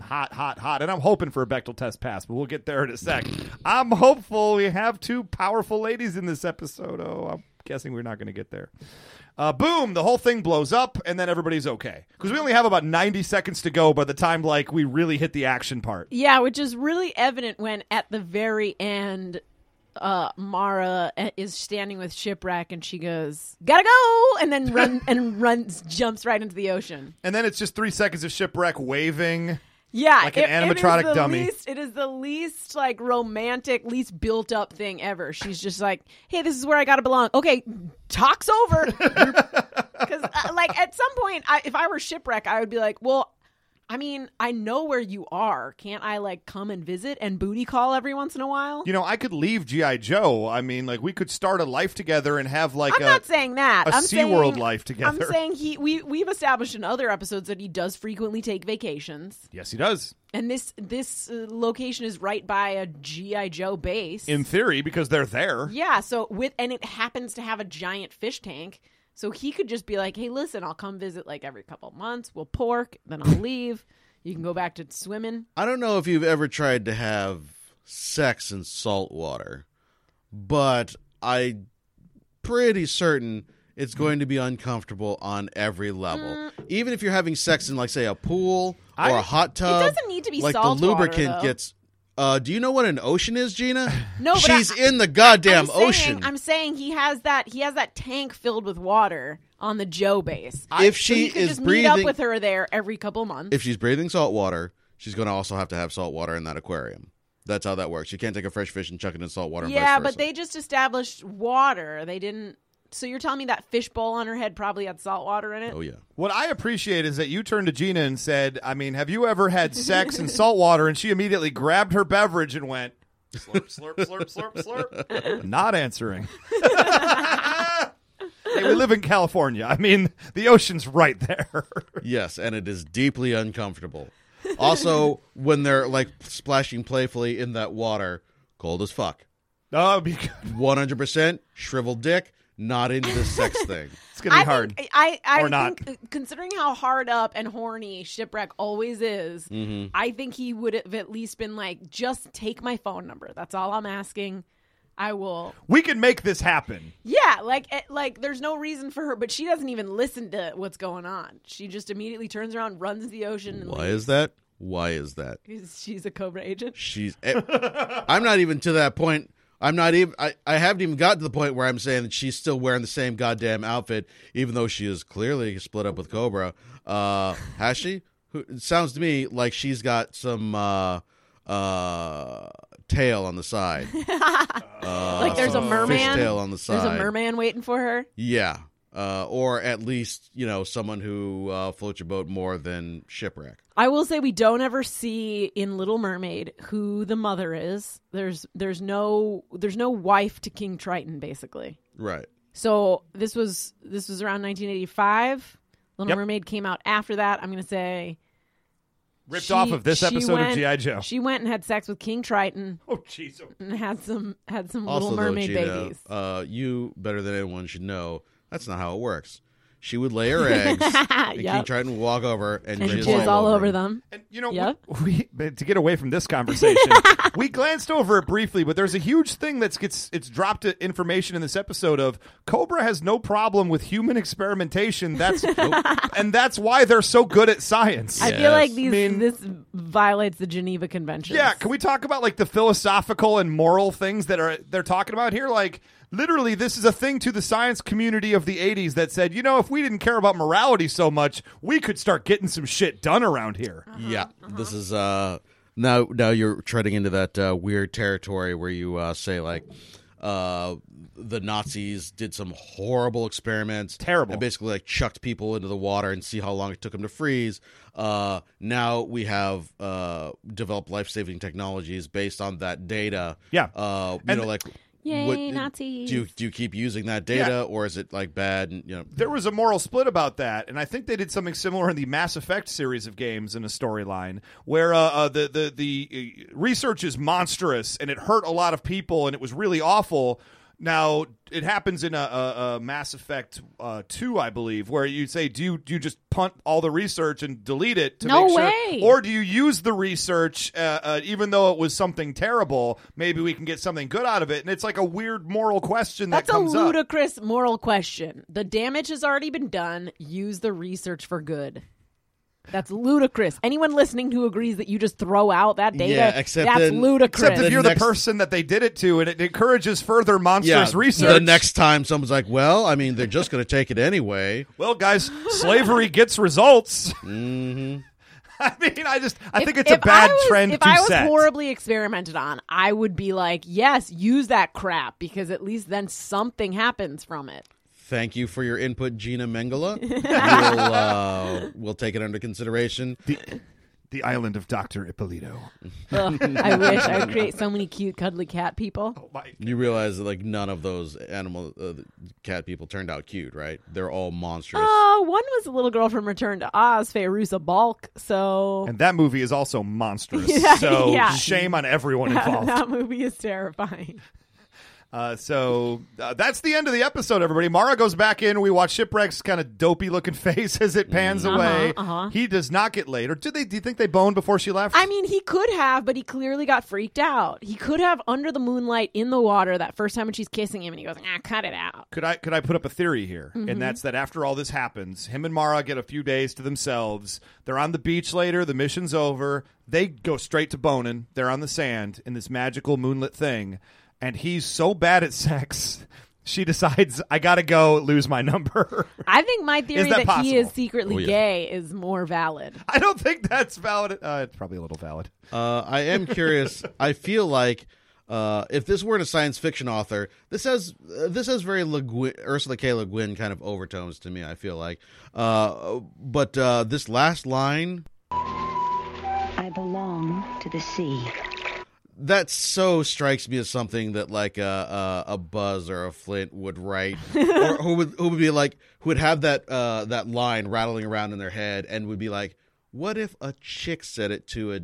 Speaker 4: hot, hot, hot. And I'm hoping for a Bechtel test pass, but we'll get there in a sec. I'm hopeful we have two powerful ladies in this episode. Oh, I'm guessing we're not going to get there. Uh, boom, the whole thing blows up, and then everybody's okay. Because we only have about 90 seconds to go by the time, like, we really hit the action part.
Speaker 6: Yeah, which is really evident when at the very end, uh, Mara uh, is standing with Shipwreck and she goes, "Gotta go," and then run and runs, jumps right into the ocean.
Speaker 4: And then it's just three seconds of shipwreck waving.
Speaker 6: Yeah,
Speaker 4: Like an
Speaker 6: it- it is
Speaker 4: animatronic
Speaker 6: the
Speaker 4: dummy.
Speaker 6: least- it is the least like romantic, least built up thing ever. She's just like, "Hey, this is where I gotta belong." Okay, talk's over. Because uh, like at some point, I, if I were shipwreck, I would be like, "Well, I mean, I know where you are. Can't I like come and visit and booty call every once in a while?"
Speaker 4: You know, I could leave GI Joe. I mean, like we could start a life together and have like
Speaker 6: I'm
Speaker 4: a
Speaker 6: not saying that.
Speaker 4: a
Speaker 6: I'm saying-
Speaker 4: SeaWorld life together.
Speaker 6: I'm saying he we we've established in other episodes that he does frequently take vacations,
Speaker 4: yes, he does.
Speaker 6: and this this uh, location is right by a GI Joe base.
Speaker 4: In theory, because they're there.
Speaker 6: yeah, so with and it happens to have a giant fish tank, so he could just be like, "Hey, listen, I'll come visit like every couple months. We'll pork, then I'll leave. You can go back to swimming."
Speaker 5: I don't know if you've ever tried to have sex in salt water, but I'm pretty certain it's going to be uncomfortable on every level.
Speaker 6: Mm.
Speaker 5: Even if you're having sex in, like, say, a pool or a
Speaker 4: I-
Speaker 5: hot tub,
Speaker 6: doesn't need to be
Speaker 5: like
Speaker 6: salt
Speaker 5: the
Speaker 6: water,
Speaker 5: lubricant
Speaker 6: though.
Speaker 5: gets. Uh, do you know what an ocean is, Gina?
Speaker 6: No, but
Speaker 5: she's
Speaker 6: I-
Speaker 5: in the goddamn
Speaker 6: I'm saying-
Speaker 5: ocean.
Speaker 6: I'm saying he has that he has that tank filled with water on the Joe base.
Speaker 5: if
Speaker 6: So
Speaker 5: she
Speaker 6: he could
Speaker 5: is
Speaker 6: just meet
Speaker 5: breathing,
Speaker 6: up with her there every couple months.
Speaker 5: if she's breathing salt water, she's going to also have to have salt water in that aquarium. That's how that works. You can't take a fresh fish and chuck it in salt water. and
Speaker 6: yeah,
Speaker 5: vice
Speaker 6: but
Speaker 5: versa.
Speaker 6: they just established water. They didn't. So you're telling me that fishbowl on her head probably had salt water in it?
Speaker 5: Oh yeah.
Speaker 4: What I appreciate is that you turned to Gina and said, I mean, have you ever had sex in salt water? And she immediately grabbed her beverage and went, slurp, slurp, slurp, slurp, slurp. Not answering. hey, we live in California. I mean, the ocean's right there.
Speaker 5: Yes, and it is deeply uncomfortable. Also, when they're like splashing playfully in that water, cold as fuck.
Speaker 4: oh, it'd be good.
Speaker 5: 100% shriveled dick, not into the sex thing.
Speaker 4: it's going to be
Speaker 6: I
Speaker 4: hard.
Speaker 6: Think, I, I
Speaker 4: Or not.
Speaker 6: think, uh, considering how hard up and horny Shipwreck always is,
Speaker 4: Mm-hmm.
Speaker 6: I think he would have at least been like, just take my phone number. That's all I'm asking. I will.
Speaker 4: we can make this happen.
Speaker 6: Yeah, like eh, like there's no reason for her, but she doesn't even listen to what's going on. She just immediately turns around, runs to the ocean. And
Speaker 5: Why is that? Why is that?
Speaker 6: leaves. she's a Cobra agent?
Speaker 5: She's. eh, I'm not even to that point. I'm not even. I, I haven't even got to the point where I'm saying that she's still wearing the same goddamn outfit, even though she is clearly split up with Cobra. Uh, has she? Who, it sounds to me like she's got some uh, uh, tail on the side.
Speaker 4: Uh,
Speaker 6: like there's a
Speaker 5: some
Speaker 6: merman.
Speaker 5: fishtail on the
Speaker 6: There's a
Speaker 5: side.
Speaker 6: merman waiting for her.
Speaker 5: Yeah. Uh, or at least, you know, someone who uh, floats your boat more than shipwreck.
Speaker 6: I will say we don't ever see in Little Mermaid who the mother is. There's there's no there's no wife to King Triton basically.
Speaker 5: Right.
Speaker 6: So this was this was around 1985. Little
Speaker 4: Yep.
Speaker 6: Mermaid came out after that. I'm gonna say
Speaker 4: Ripped
Speaker 6: she-
Speaker 4: off of this
Speaker 6: she
Speaker 4: episode
Speaker 6: went-
Speaker 4: of G.I. Joe.
Speaker 6: She went and had sex with King Triton
Speaker 4: oh, jeez. oh.
Speaker 6: and had some had some
Speaker 5: also,
Speaker 6: Little Mermaid
Speaker 5: though, Gina,
Speaker 6: babies.
Speaker 5: Uh, you, better than anyone, should know that's not how it works. She would lay her eggs, and
Speaker 6: Yep.
Speaker 5: King Triton would walk over and,
Speaker 6: and
Speaker 5: jizz
Speaker 6: jizz all over
Speaker 5: them.
Speaker 6: them.
Speaker 4: And you know,
Speaker 6: Yeah.
Speaker 4: we, we but to get away from this conversation, we glanced over it briefly, but there's a huge thing that's gets it's dropped uh, information in this episode of Cobra has no problem with human experimentation. That's and that's why they're so good at science.
Speaker 6: I feel like these
Speaker 4: mean-
Speaker 6: this violates the Geneva Convention.
Speaker 4: yeah, can we talk about like the philosophical and moral things that are they're talking about here? Like literally this is a thing to the science community of the 80s that said, "You know, if we didn't care about morality so much, we could start getting some shit done around here."
Speaker 5: Yeah,
Speaker 4: uh-huh.
Speaker 5: this is uh now now you're treading into that uh, weird territory where you uh, say like uh the Nazis did some horrible experiments,
Speaker 4: Terrible.
Speaker 5: and basically like chucked people into the water and see how long it took them to freeze. Uh, now we have uh developed life saving technologies based on that data.
Speaker 4: Yeah.
Speaker 5: uh, you
Speaker 4: And-
Speaker 5: know like.
Speaker 6: Yay,
Speaker 5: what-
Speaker 6: Nazis.
Speaker 5: Do you, do you keep using that data,
Speaker 4: Yeah.
Speaker 5: or is it like bad? And you know,
Speaker 4: there was a moral split about that, and I think they did something similar in the Mass Effect series of games in a storyline where uh, uh, the the the uh, research is monstrous and it hurt a lot of people and it was really awful. Now it happens in a, a, a Mass Effect uh, two, I believe, where you say, "Do you do you just punt all the research and delete it to
Speaker 6: No
Speaker 4: make sure,
Speaker 6: way.
Speaker 4: or do you use the research uh, uh, even though it was something terrible? Maybe we can get something good out of it." And it's like a weird moral question
Speaker 6: That's
Speaker 4: that
Speaker 6: a
Speaker 4: comes up.
Speaker 6: ludicrous moral question. The damage has already been done. Use the research for good. That's ludicrous. Anyone listening who agrees that you just throw out that data,
Speaker 5: Yeah, except
Speaker 6: that's
Speaker 5: then-
Speaker 6: ludicrous.
Speaker 4: Except if
Speaker 5: The
Speaker 4: you're
Speaker 5: next-
Speaker 4: the person that they did it to, and it encourages further monstrous research.
Speaker 5: The next time someone's like, "Well, I mean, they're just going to take it anyway." Mm-hmm.
Speaker 4: well, guys, slavery gets results. I mean, I just I
Speaker 6: If-
Speaker 4: think it's a
Speaker 6: if I
Speaker 4: bad
Speaker 6: was-
Speaker 4: trend
Speaker 6: If
Speaker 4: to
Speaker 6: I was
Speaker 4: set.
Speaker 6: horribly experimented on, I would be like, yes, use that crap because at least then something happens from it.
Speaker 5: Thank you for your input, Gina Mengele. we'll, uh, we'll take it under consideration.
Speaker 4: the island of Doctor Ippolito.
Speaker 5: Mm.
Speaker 6: Ugh, I wish I would create so many cute, cuddly cat
Speaker 4: Oh
Speaker 6: people.
Speaker 5: You realize that like none of those animal uh, cat people turned out cute, right? They're all monstrous.
Speaker 6: Oh, one was a little girl from Return to Oz, Feyruza Balk. So
Speaker 4: And that movie is also monstrous.
Speaker 6: Yeah,
Speaker 4: so
Speaker 6: yeah.
Speaker 4: shame on everyone involved.
Speaker 6: that movie is terrifying.
Speaker 4: Uh, so uh, that's the end of the episode, everybody. Mara goes back in. We watch Shipwreck's kind of dopey looking face as it pans
Speaker 5: Mm.
Speaker 4: away.
Speaker 6: uh-huh.
Speaker 4: He does not get laid. Or do they? Do you think they boned before she left?
Speaker 6: I mean, he could have, but he clearly got freaked out. He could have under the moonlight in the water that first time when she's kissing him, and he goes, "Ah, cut it out."
Speaker 4: could I could I put up a theory here, and that's that after all this happens, him and Mara get a few days to themselves. They're on the beach later. The mission's over. They go straight to boning. They're on the sand in this magical moonlit thing, and he's so bad at sex. She decides I gotta go lose my number.
Speaker 6: I think my theory
Speaker 4: that
Speaker 6: that, he is
Speaker 4: possible?
Speaker 6: secretly
Speaker 5: Oh, yeah.
Speaker 6: gay is more valid.
Speaker 4: I don't think that's valid. Uh, it's probably a little valid.
Speaker 5: Uh, I am curious. I feel like uh, if this weren't a science fiction author, this has uh, this has very Le Guin, Ursula K. Le Guin kind of overtones to me. I feel like, uh, but uh, this last line
Speaker 9: I belong to the sea.
Speaker 5: that so strikes me as something that like a a, a Buzz or a Flint would write, or who would who would be like who would have that uh, that line rattling around in their head and would be like, what if a chick said it to a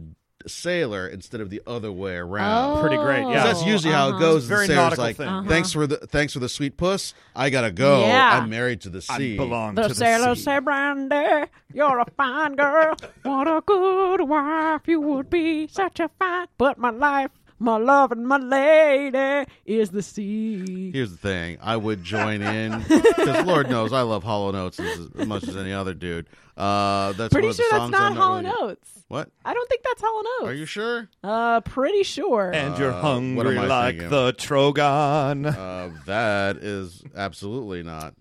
Speaker 5: sailor instead of the other way around?
Speaker 4: Pretty great,
Speaker 6: Oh.
Speaker 4: yeah.
Speaker 5: 'Cause that's usually how it
Speaker 6: Uh-huh.
Speaker 5: goes.
Speaker 4: Very
Speaker 5: the sailor's
Speaker 4: nautical
Speaker 5: like,
Speaker 4: thing.
Speaker 5: Thanks for the thanks for the sweet puss. I gotta go.
Speaker 6: Yeah.
Speaker 5: I'm married to the sea.
Speaker 4: I belong
Speaker 6: The
Speaker 4: to
Speaker 6: sailor
Speaker 4: the sea.
Speaker 6: said, Brandy, you're a fine girl. What a good wife you would be. Such a fine, but my life, my love, and my lady is the sea.
Speaker 5: Here's the thing. I would join in because Lord knows I love Hollow Notes as, as much as any other dude. Uh, that's
Speaker 6: Pretty
Speaker 5: one of
Speaker 6: sure
Speaker 5: the
Speaker 6: that's
Speaker 5: songs
Speaker 6: not
Speaker 5: I'm
Speaker 6: Hollow
Speaker 5: really-
Speaker 6: Notes.
Speaker 5: What?
Speaker 6: I don't think that's Hollow Notes.
Speaker 5: Are you sure?
Speaker 6: Uh, pretty sure.
Speaker 4: And you're
Speaker 5: Uh, what
Speaker 4: hungry
Speaker 5: am I
Speaker 4: like
Speaker 5: thinking?
Speaker 4: the Trogon.
Speaker 5: Uh, that is absolutely not.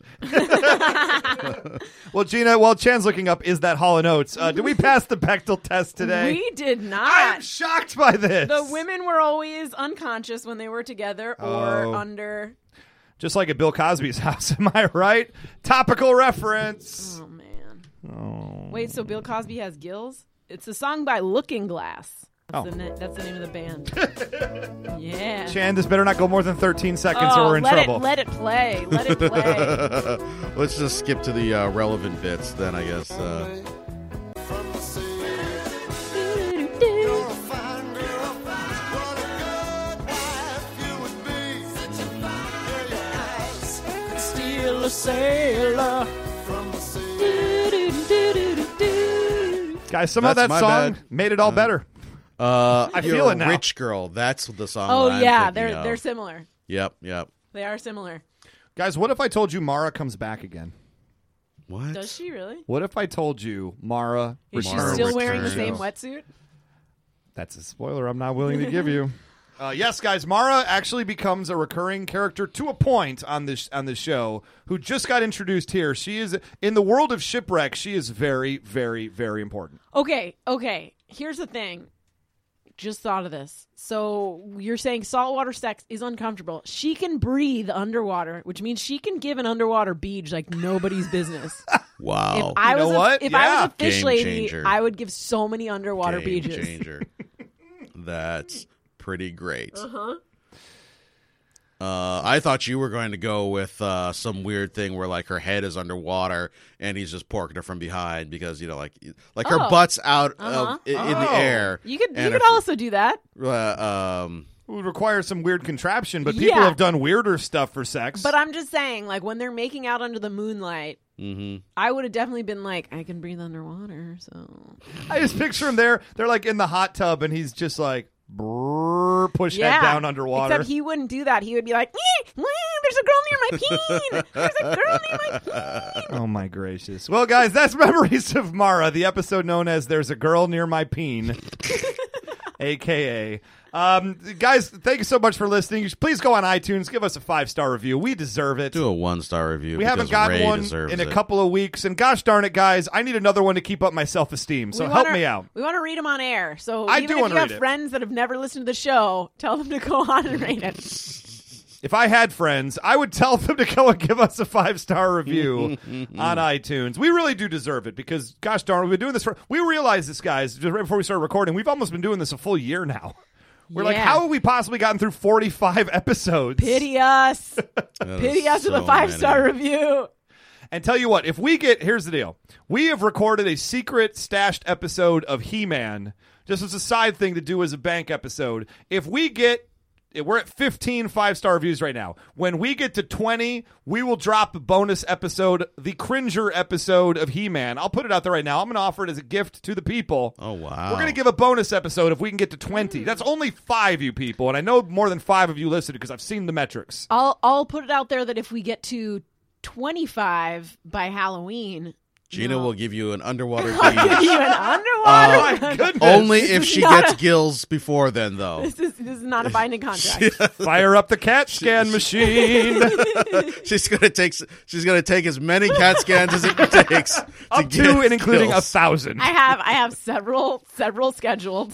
Speaker 4: well, Gina, while Chan's looking up, is that Hall & Oates? Uh, did we pass the Bechtel test today?
Speaker 6: We did
Speaker 4: I'm
Speaker 6: not.
Speaker 4: shocked by this.
Speaker 6: the women were always unconscious when they were together or
Speaker 4: Oh.
Speaker 6: under.
Speaker 4: Just like at Bill Cosby's house, am I right? Topical reference.
Speaker 6: Oh man.
Speaker 4: Oh.
Speaker 6: Wait, so Bill Cosby has gills? It's a song by Looking Glass. That's,
Speaker 4: Oh.
Speaker 6: the, na- that's the name of the band. yeah.
Speaker 4: Chan, this better not go more than 13 seconds
Speaker 6: Oh,
Speaker 4: or we're in
Speaker 6: let
Speaker 4: trouble.
Speaker 6: It, let it play. Let it play.
Speaker 5: Let's just skip to the uh, relevant bits then. I guess. Uh,
Speaker 6: Still a sailor. Do-do-do-do-do-do.
Speaker 4: Guys, somehow
Speaker 5: That's
Speaker 4: that
Speaker 5: my
Speaker 4: song
Speaker 5: bad.
Speaker 4: made it all better.
Speaker 5: uh,
Speaker 4: I
Speaker 5: You're
Speaker 4: feel
Speaker 5: a
Speaker 4: it now.
Speaker 5: Rich girl. That's the song.
Speaker 6: Oh
Speaker 5: I'm
Speaker 6: yeah,
Speaker 5: thinking
Speaker 6: they're
Speaker 5: of.
Speaker 6: they're similar.
Speaker 5: Yep. Yep.
Speaker 6: They are similar.
Speaker 4: Guys, what if I told you Mara comes back again?
Speaker 5: What?
Speaker 6: Does she really?
Speaker 4: What if I told you Mara
Speaker 6: Is she
Speaker 4: returns?
Speaker 6: still wearing the
Speaker 5: returns.
Speaker 6: same wetsuit?
Speaker 4: That's a spoiler I'm not willing to give you. Uh, yes, guys, Mara actually becomes a recurring character to a point on this on this show. Who just got introduced here? She is in the world of shipwreck. She is very, very, very important.
Speaker 6: Okay, okay. Here's the thing. Just thought of this. So you're saying saltwater sex is uncomfortable. She can breathe underwater, which means she can give an underwater beach like nobody's business.
Speaker 5: Wow.
Speaker 6: If I
Speaker 4: Oh, You know
Speaker 6: was a,
Speaker 4: what?
Speaker 6: if I was a
Speaker 5: Yeah.
Speaker 6: fish
Speaker 5: Game
Speaker 6: lady,
Speaker 5: changer.
Speaker 6: I would give so many underwater
Speaker 5: Game
Speaker 6: beaches.
Speaker 5: changer. That's pretty great. Uh-huh. I thought you were going to go with uh, some weird thing where like her head is underwater and he's just porking her from behind because you know like like her
Speaker 6: Oh.
Speaker 5: butt's out
Speaker 6: Uh-huh.
Speaker 5: of, in, in the air.
Speaker 6: You could you
Speaker 5: and
Speaker 6: could
Speaker 5: her-
Speaker 6: also do that,
Speaker 5: uh, um
Speaker 4: It would require some weird contraption, but people
Speaker 6: Yeah.
Speaker 4: have done weirder stuff for sex.
Speaker 6: but I'm just saying, like when they're making out under the moonlight,
Speaker 5: Mm-hmm.
Speaker 6: I would have definitely been like, I can breathe underwater, so
Speaker 4: I just picture him there. They're like in the hot tub, and he's just like brrr, push head down underwater.
Speaker 6: Except he wouldn't do that. He would be like, "Eh, eh, "There's a girl near my peen. There's a girl near my peen."
Speaker 4: Oh my gracious. Well, guys, that's Memories of Mara, the episode known as There's a Girl Near My Peen. AKA. Um, guys, thank you so much for listening. Please go on iTunes, give us a five star review. We deserve it.
Speaker 5: Do a one star review.
Speaker 4: We haven't
Speaker 5: because
Speaker 4: gotten
Speaker 5: Ray
Speaker 4: one
Speaker 5: deserves
Speaker 4: in a
Speaker 5: it.
Speaker 4: couple of weeks, and gosh darn it, guys, I need another one to keep up my self esteem. So
Speaker 6: We
Speaker 4: help
Speaker 6: wanna-
Speaker 4: me out.
Speaker 6: We want to read them on air. So
Speaker 4: I do
Speaker 6: even if
Speaker 4: wanna
Speaker 6: you have
Speaker 4: read it.
Speaker 6: friends that have never listened to the show, tell them to go on and rate it.
Speaker 4: If I had friends, I would tell them to go and give us a five star review on iTunes. We really do deserve it because, gosh darn, we've been doing this for. We realized this, guys, just right before we started recording, we've almost been doing this a full year now. We're like,
Speaker 6: Yeah.
Speaker 4: how have we possibly gotten through 45 episodes?
Speaker 6: Pity us.
Speaker 5: That is
Speaker 6: Pity us with
Speaker 5: so
Speaker 6: a five star
Speaker 5: many.
Speaker 6: review.
Speaker 4: And tell you what, if we get here's the deal. We have recorded a secret stashed episode of He Man, just as a side thing to do as a bank episode. If we get we're at 15 five star reviews right now. When we get to 20, we will drop a bonus episode, the Cringer episode of He Man. I'll put it out there right now. I'm going to offer it as a gift to the people.
Speaker 5: Oh wow.
Speaker 4: We're going to give a bonus episode if we can get to 20. That's only five, you people. And I know more than five of you listened because I've seen the metrics.
Speaker 6: I'll I'll put it out there that if we get to twenty five by Halloween,
Speaker 5: Gina will give you an underwater
Speaker 6: give
Speaker 5: deed.
Speaker 6: you an underwater.
Speaker 4: Oh, My goodness.
Speaker 5: Only if
Speaker 6: is
Speaker 5: she
Speaker 6: not
Speaker 5: gets
Speaker 6: a-
Speaker 5: gills before then, though.
Speaker 6: this is this is not a binding contract.
Speaker 4: Fire up the CAT scan machine.
Speaker 5: She's gonna take. s- She's gonna take as many cat scans as it takes to
Speaker 4: up
Speaker 5: get
Speaker 4: to and including a
Speaker 5: gills.
Speaker 4: thousand.
Speaker 6: I have I have several several scheduled.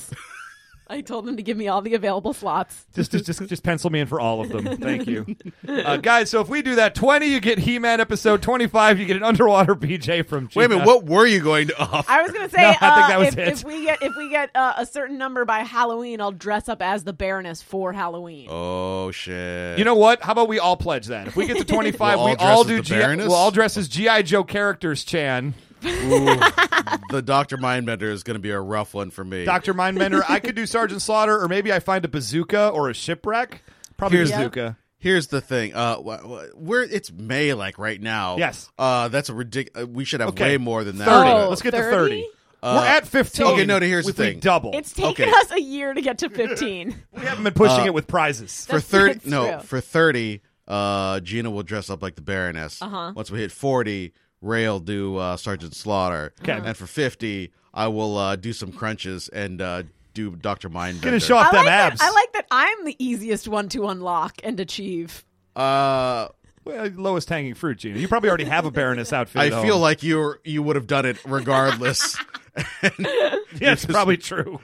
Speaker 6: I told them to give me all the available slots.
Speaker 4: Just, just, just, just pencil me in for all of them. Thank you, uh, guys. So if we do that, twenty, you get He-Man episode twenty-five. You get an underwater BJ from. Gina.
Speaker 5: Wait a minute. What were you going to oh, offer?
Speaker 6: I was gonna say,
Speaker 4: No, I think
Speaker 6: uh,
Speaker 4: that was
Speaker 6: if,
Speaker 4: it.
Speaker 6: if we get if we get uh, a certain number by Halloween, I'll dress up as the Baroness for Halloween.
Speaker 5: Oh shit.
Speaker 4: You know what? How about we all pledge that? If we get to 25
Speaker 5: We'll
Speaker 4: we
Speaker 5: all dress
Speaker 4: all
Speaker 5: as
Speaker 4: do
Speaker 5: the
Speaker 4: G-
Speaker 5: Baroness?
Speaker 4: we'll all dress as GI Joe characters. Chan,
Speaker 5: the Doctor Mindbender is gonna be a rough one for me.
Speaker 4: Doctor Mindbender. I could do Sergeant Slaughter, or maybe I find a bazooka or a shipwreck. Probably
Speaker 5: Here's-
Speaker 4: bazooka.
Speaker 5: Here's the thing. Uh, wh- wh- we're it's May like right now.
Speaker 4: Yes.
Speaker 5: Uh, that's a ridiculous. We should have
Speaker 4: Okay.
Speaker 5: way more than that.
Speaker 4: Thirty.
Speaker 6: Oh,
Speaker 4: Let's get to
Speaker 6: 30?
Speaker 4: thirty. We're at fifteen.
Speaker 5: Uh, okay, no, here's the
Speaker 4: if we
Speaker 5: thing.
Speaker 4: double.
Speaker 6: It's
Speaker 5: okay.
Speaker 6: taken us a year to get to fifteen.
Speaker 4: we haven't been pushing
Speaker 5: Uh,
Speaker 4: it with prizes.
Speaker 5: for thirty.
Speaker 6: that's
Speaker 5: No,
Speaker 6: true.
Speaker 5: for thirty. Uh, Gina will dress up like the Baroness. Uh-huh. Once we hit forty, Ray'll do uh, Sergeant Slaughter. Okay. And for fifty, I will uh, do some crunches and uh, do Doctor Mindbender.
Speaker 4: Gonna show off
Speaker 6: I
Speaker 4: them
Speaker 6: like
Speaker 4: abs.
Speaker 6: that. I like that. I'm the easiest one to unlock and achieve.
Speaker 5: Uh,
Speaker 4: Well, lowest hanging fruit, Gina. You probably already have a Baroness outfit.
Speaker 5: I
Speaker 4: at
Speaker 5: feel
Speaker 4: home.
Speaker 5: like you are you would have done it regardless.
Speaker 4: yeah, it's probably true.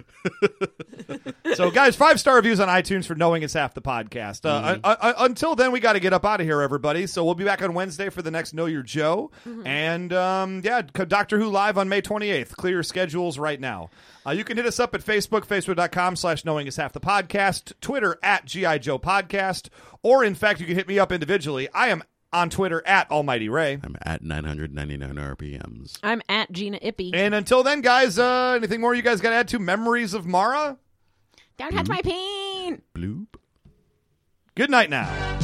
Speaker 4: so, guys, five star reviews on iTunes for knowing it's half the podcast. Uh, uh, uh, until then, we got to get up out of here, everybody. So we'll be back on Wednesday for the next Know Your Joe,
Speaker 6: Mm-hmm.
Speaker 4: and um, yeah, co- Doctor Who live on May twenty eighth. Clear your schedules right now. Uh, you can hit us up at Facebook, facebook.com slash knowing is half the podcast, Twitter at GI Joe podcast, or in fact, you can hit me up individually. I am on Twitter at Almighty Ray.
Speaker 5: I'm at 999 RPMs.
Speaker 6: I'm at Gina Ippy.
Speaker 4: And until then, guys, uh, anything more you guys got to add to Memories of Mara?
Speaker 6: Don't touch my pain.
Speaker 5: Bloop.
Speaker 4: Good night now.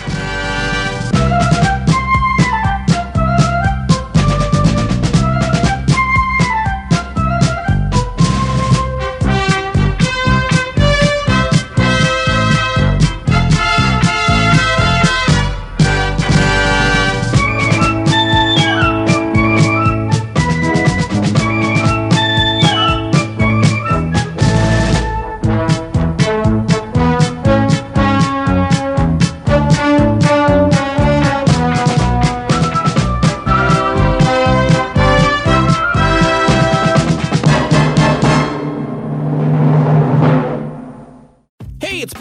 Speaker 1: Hey, it's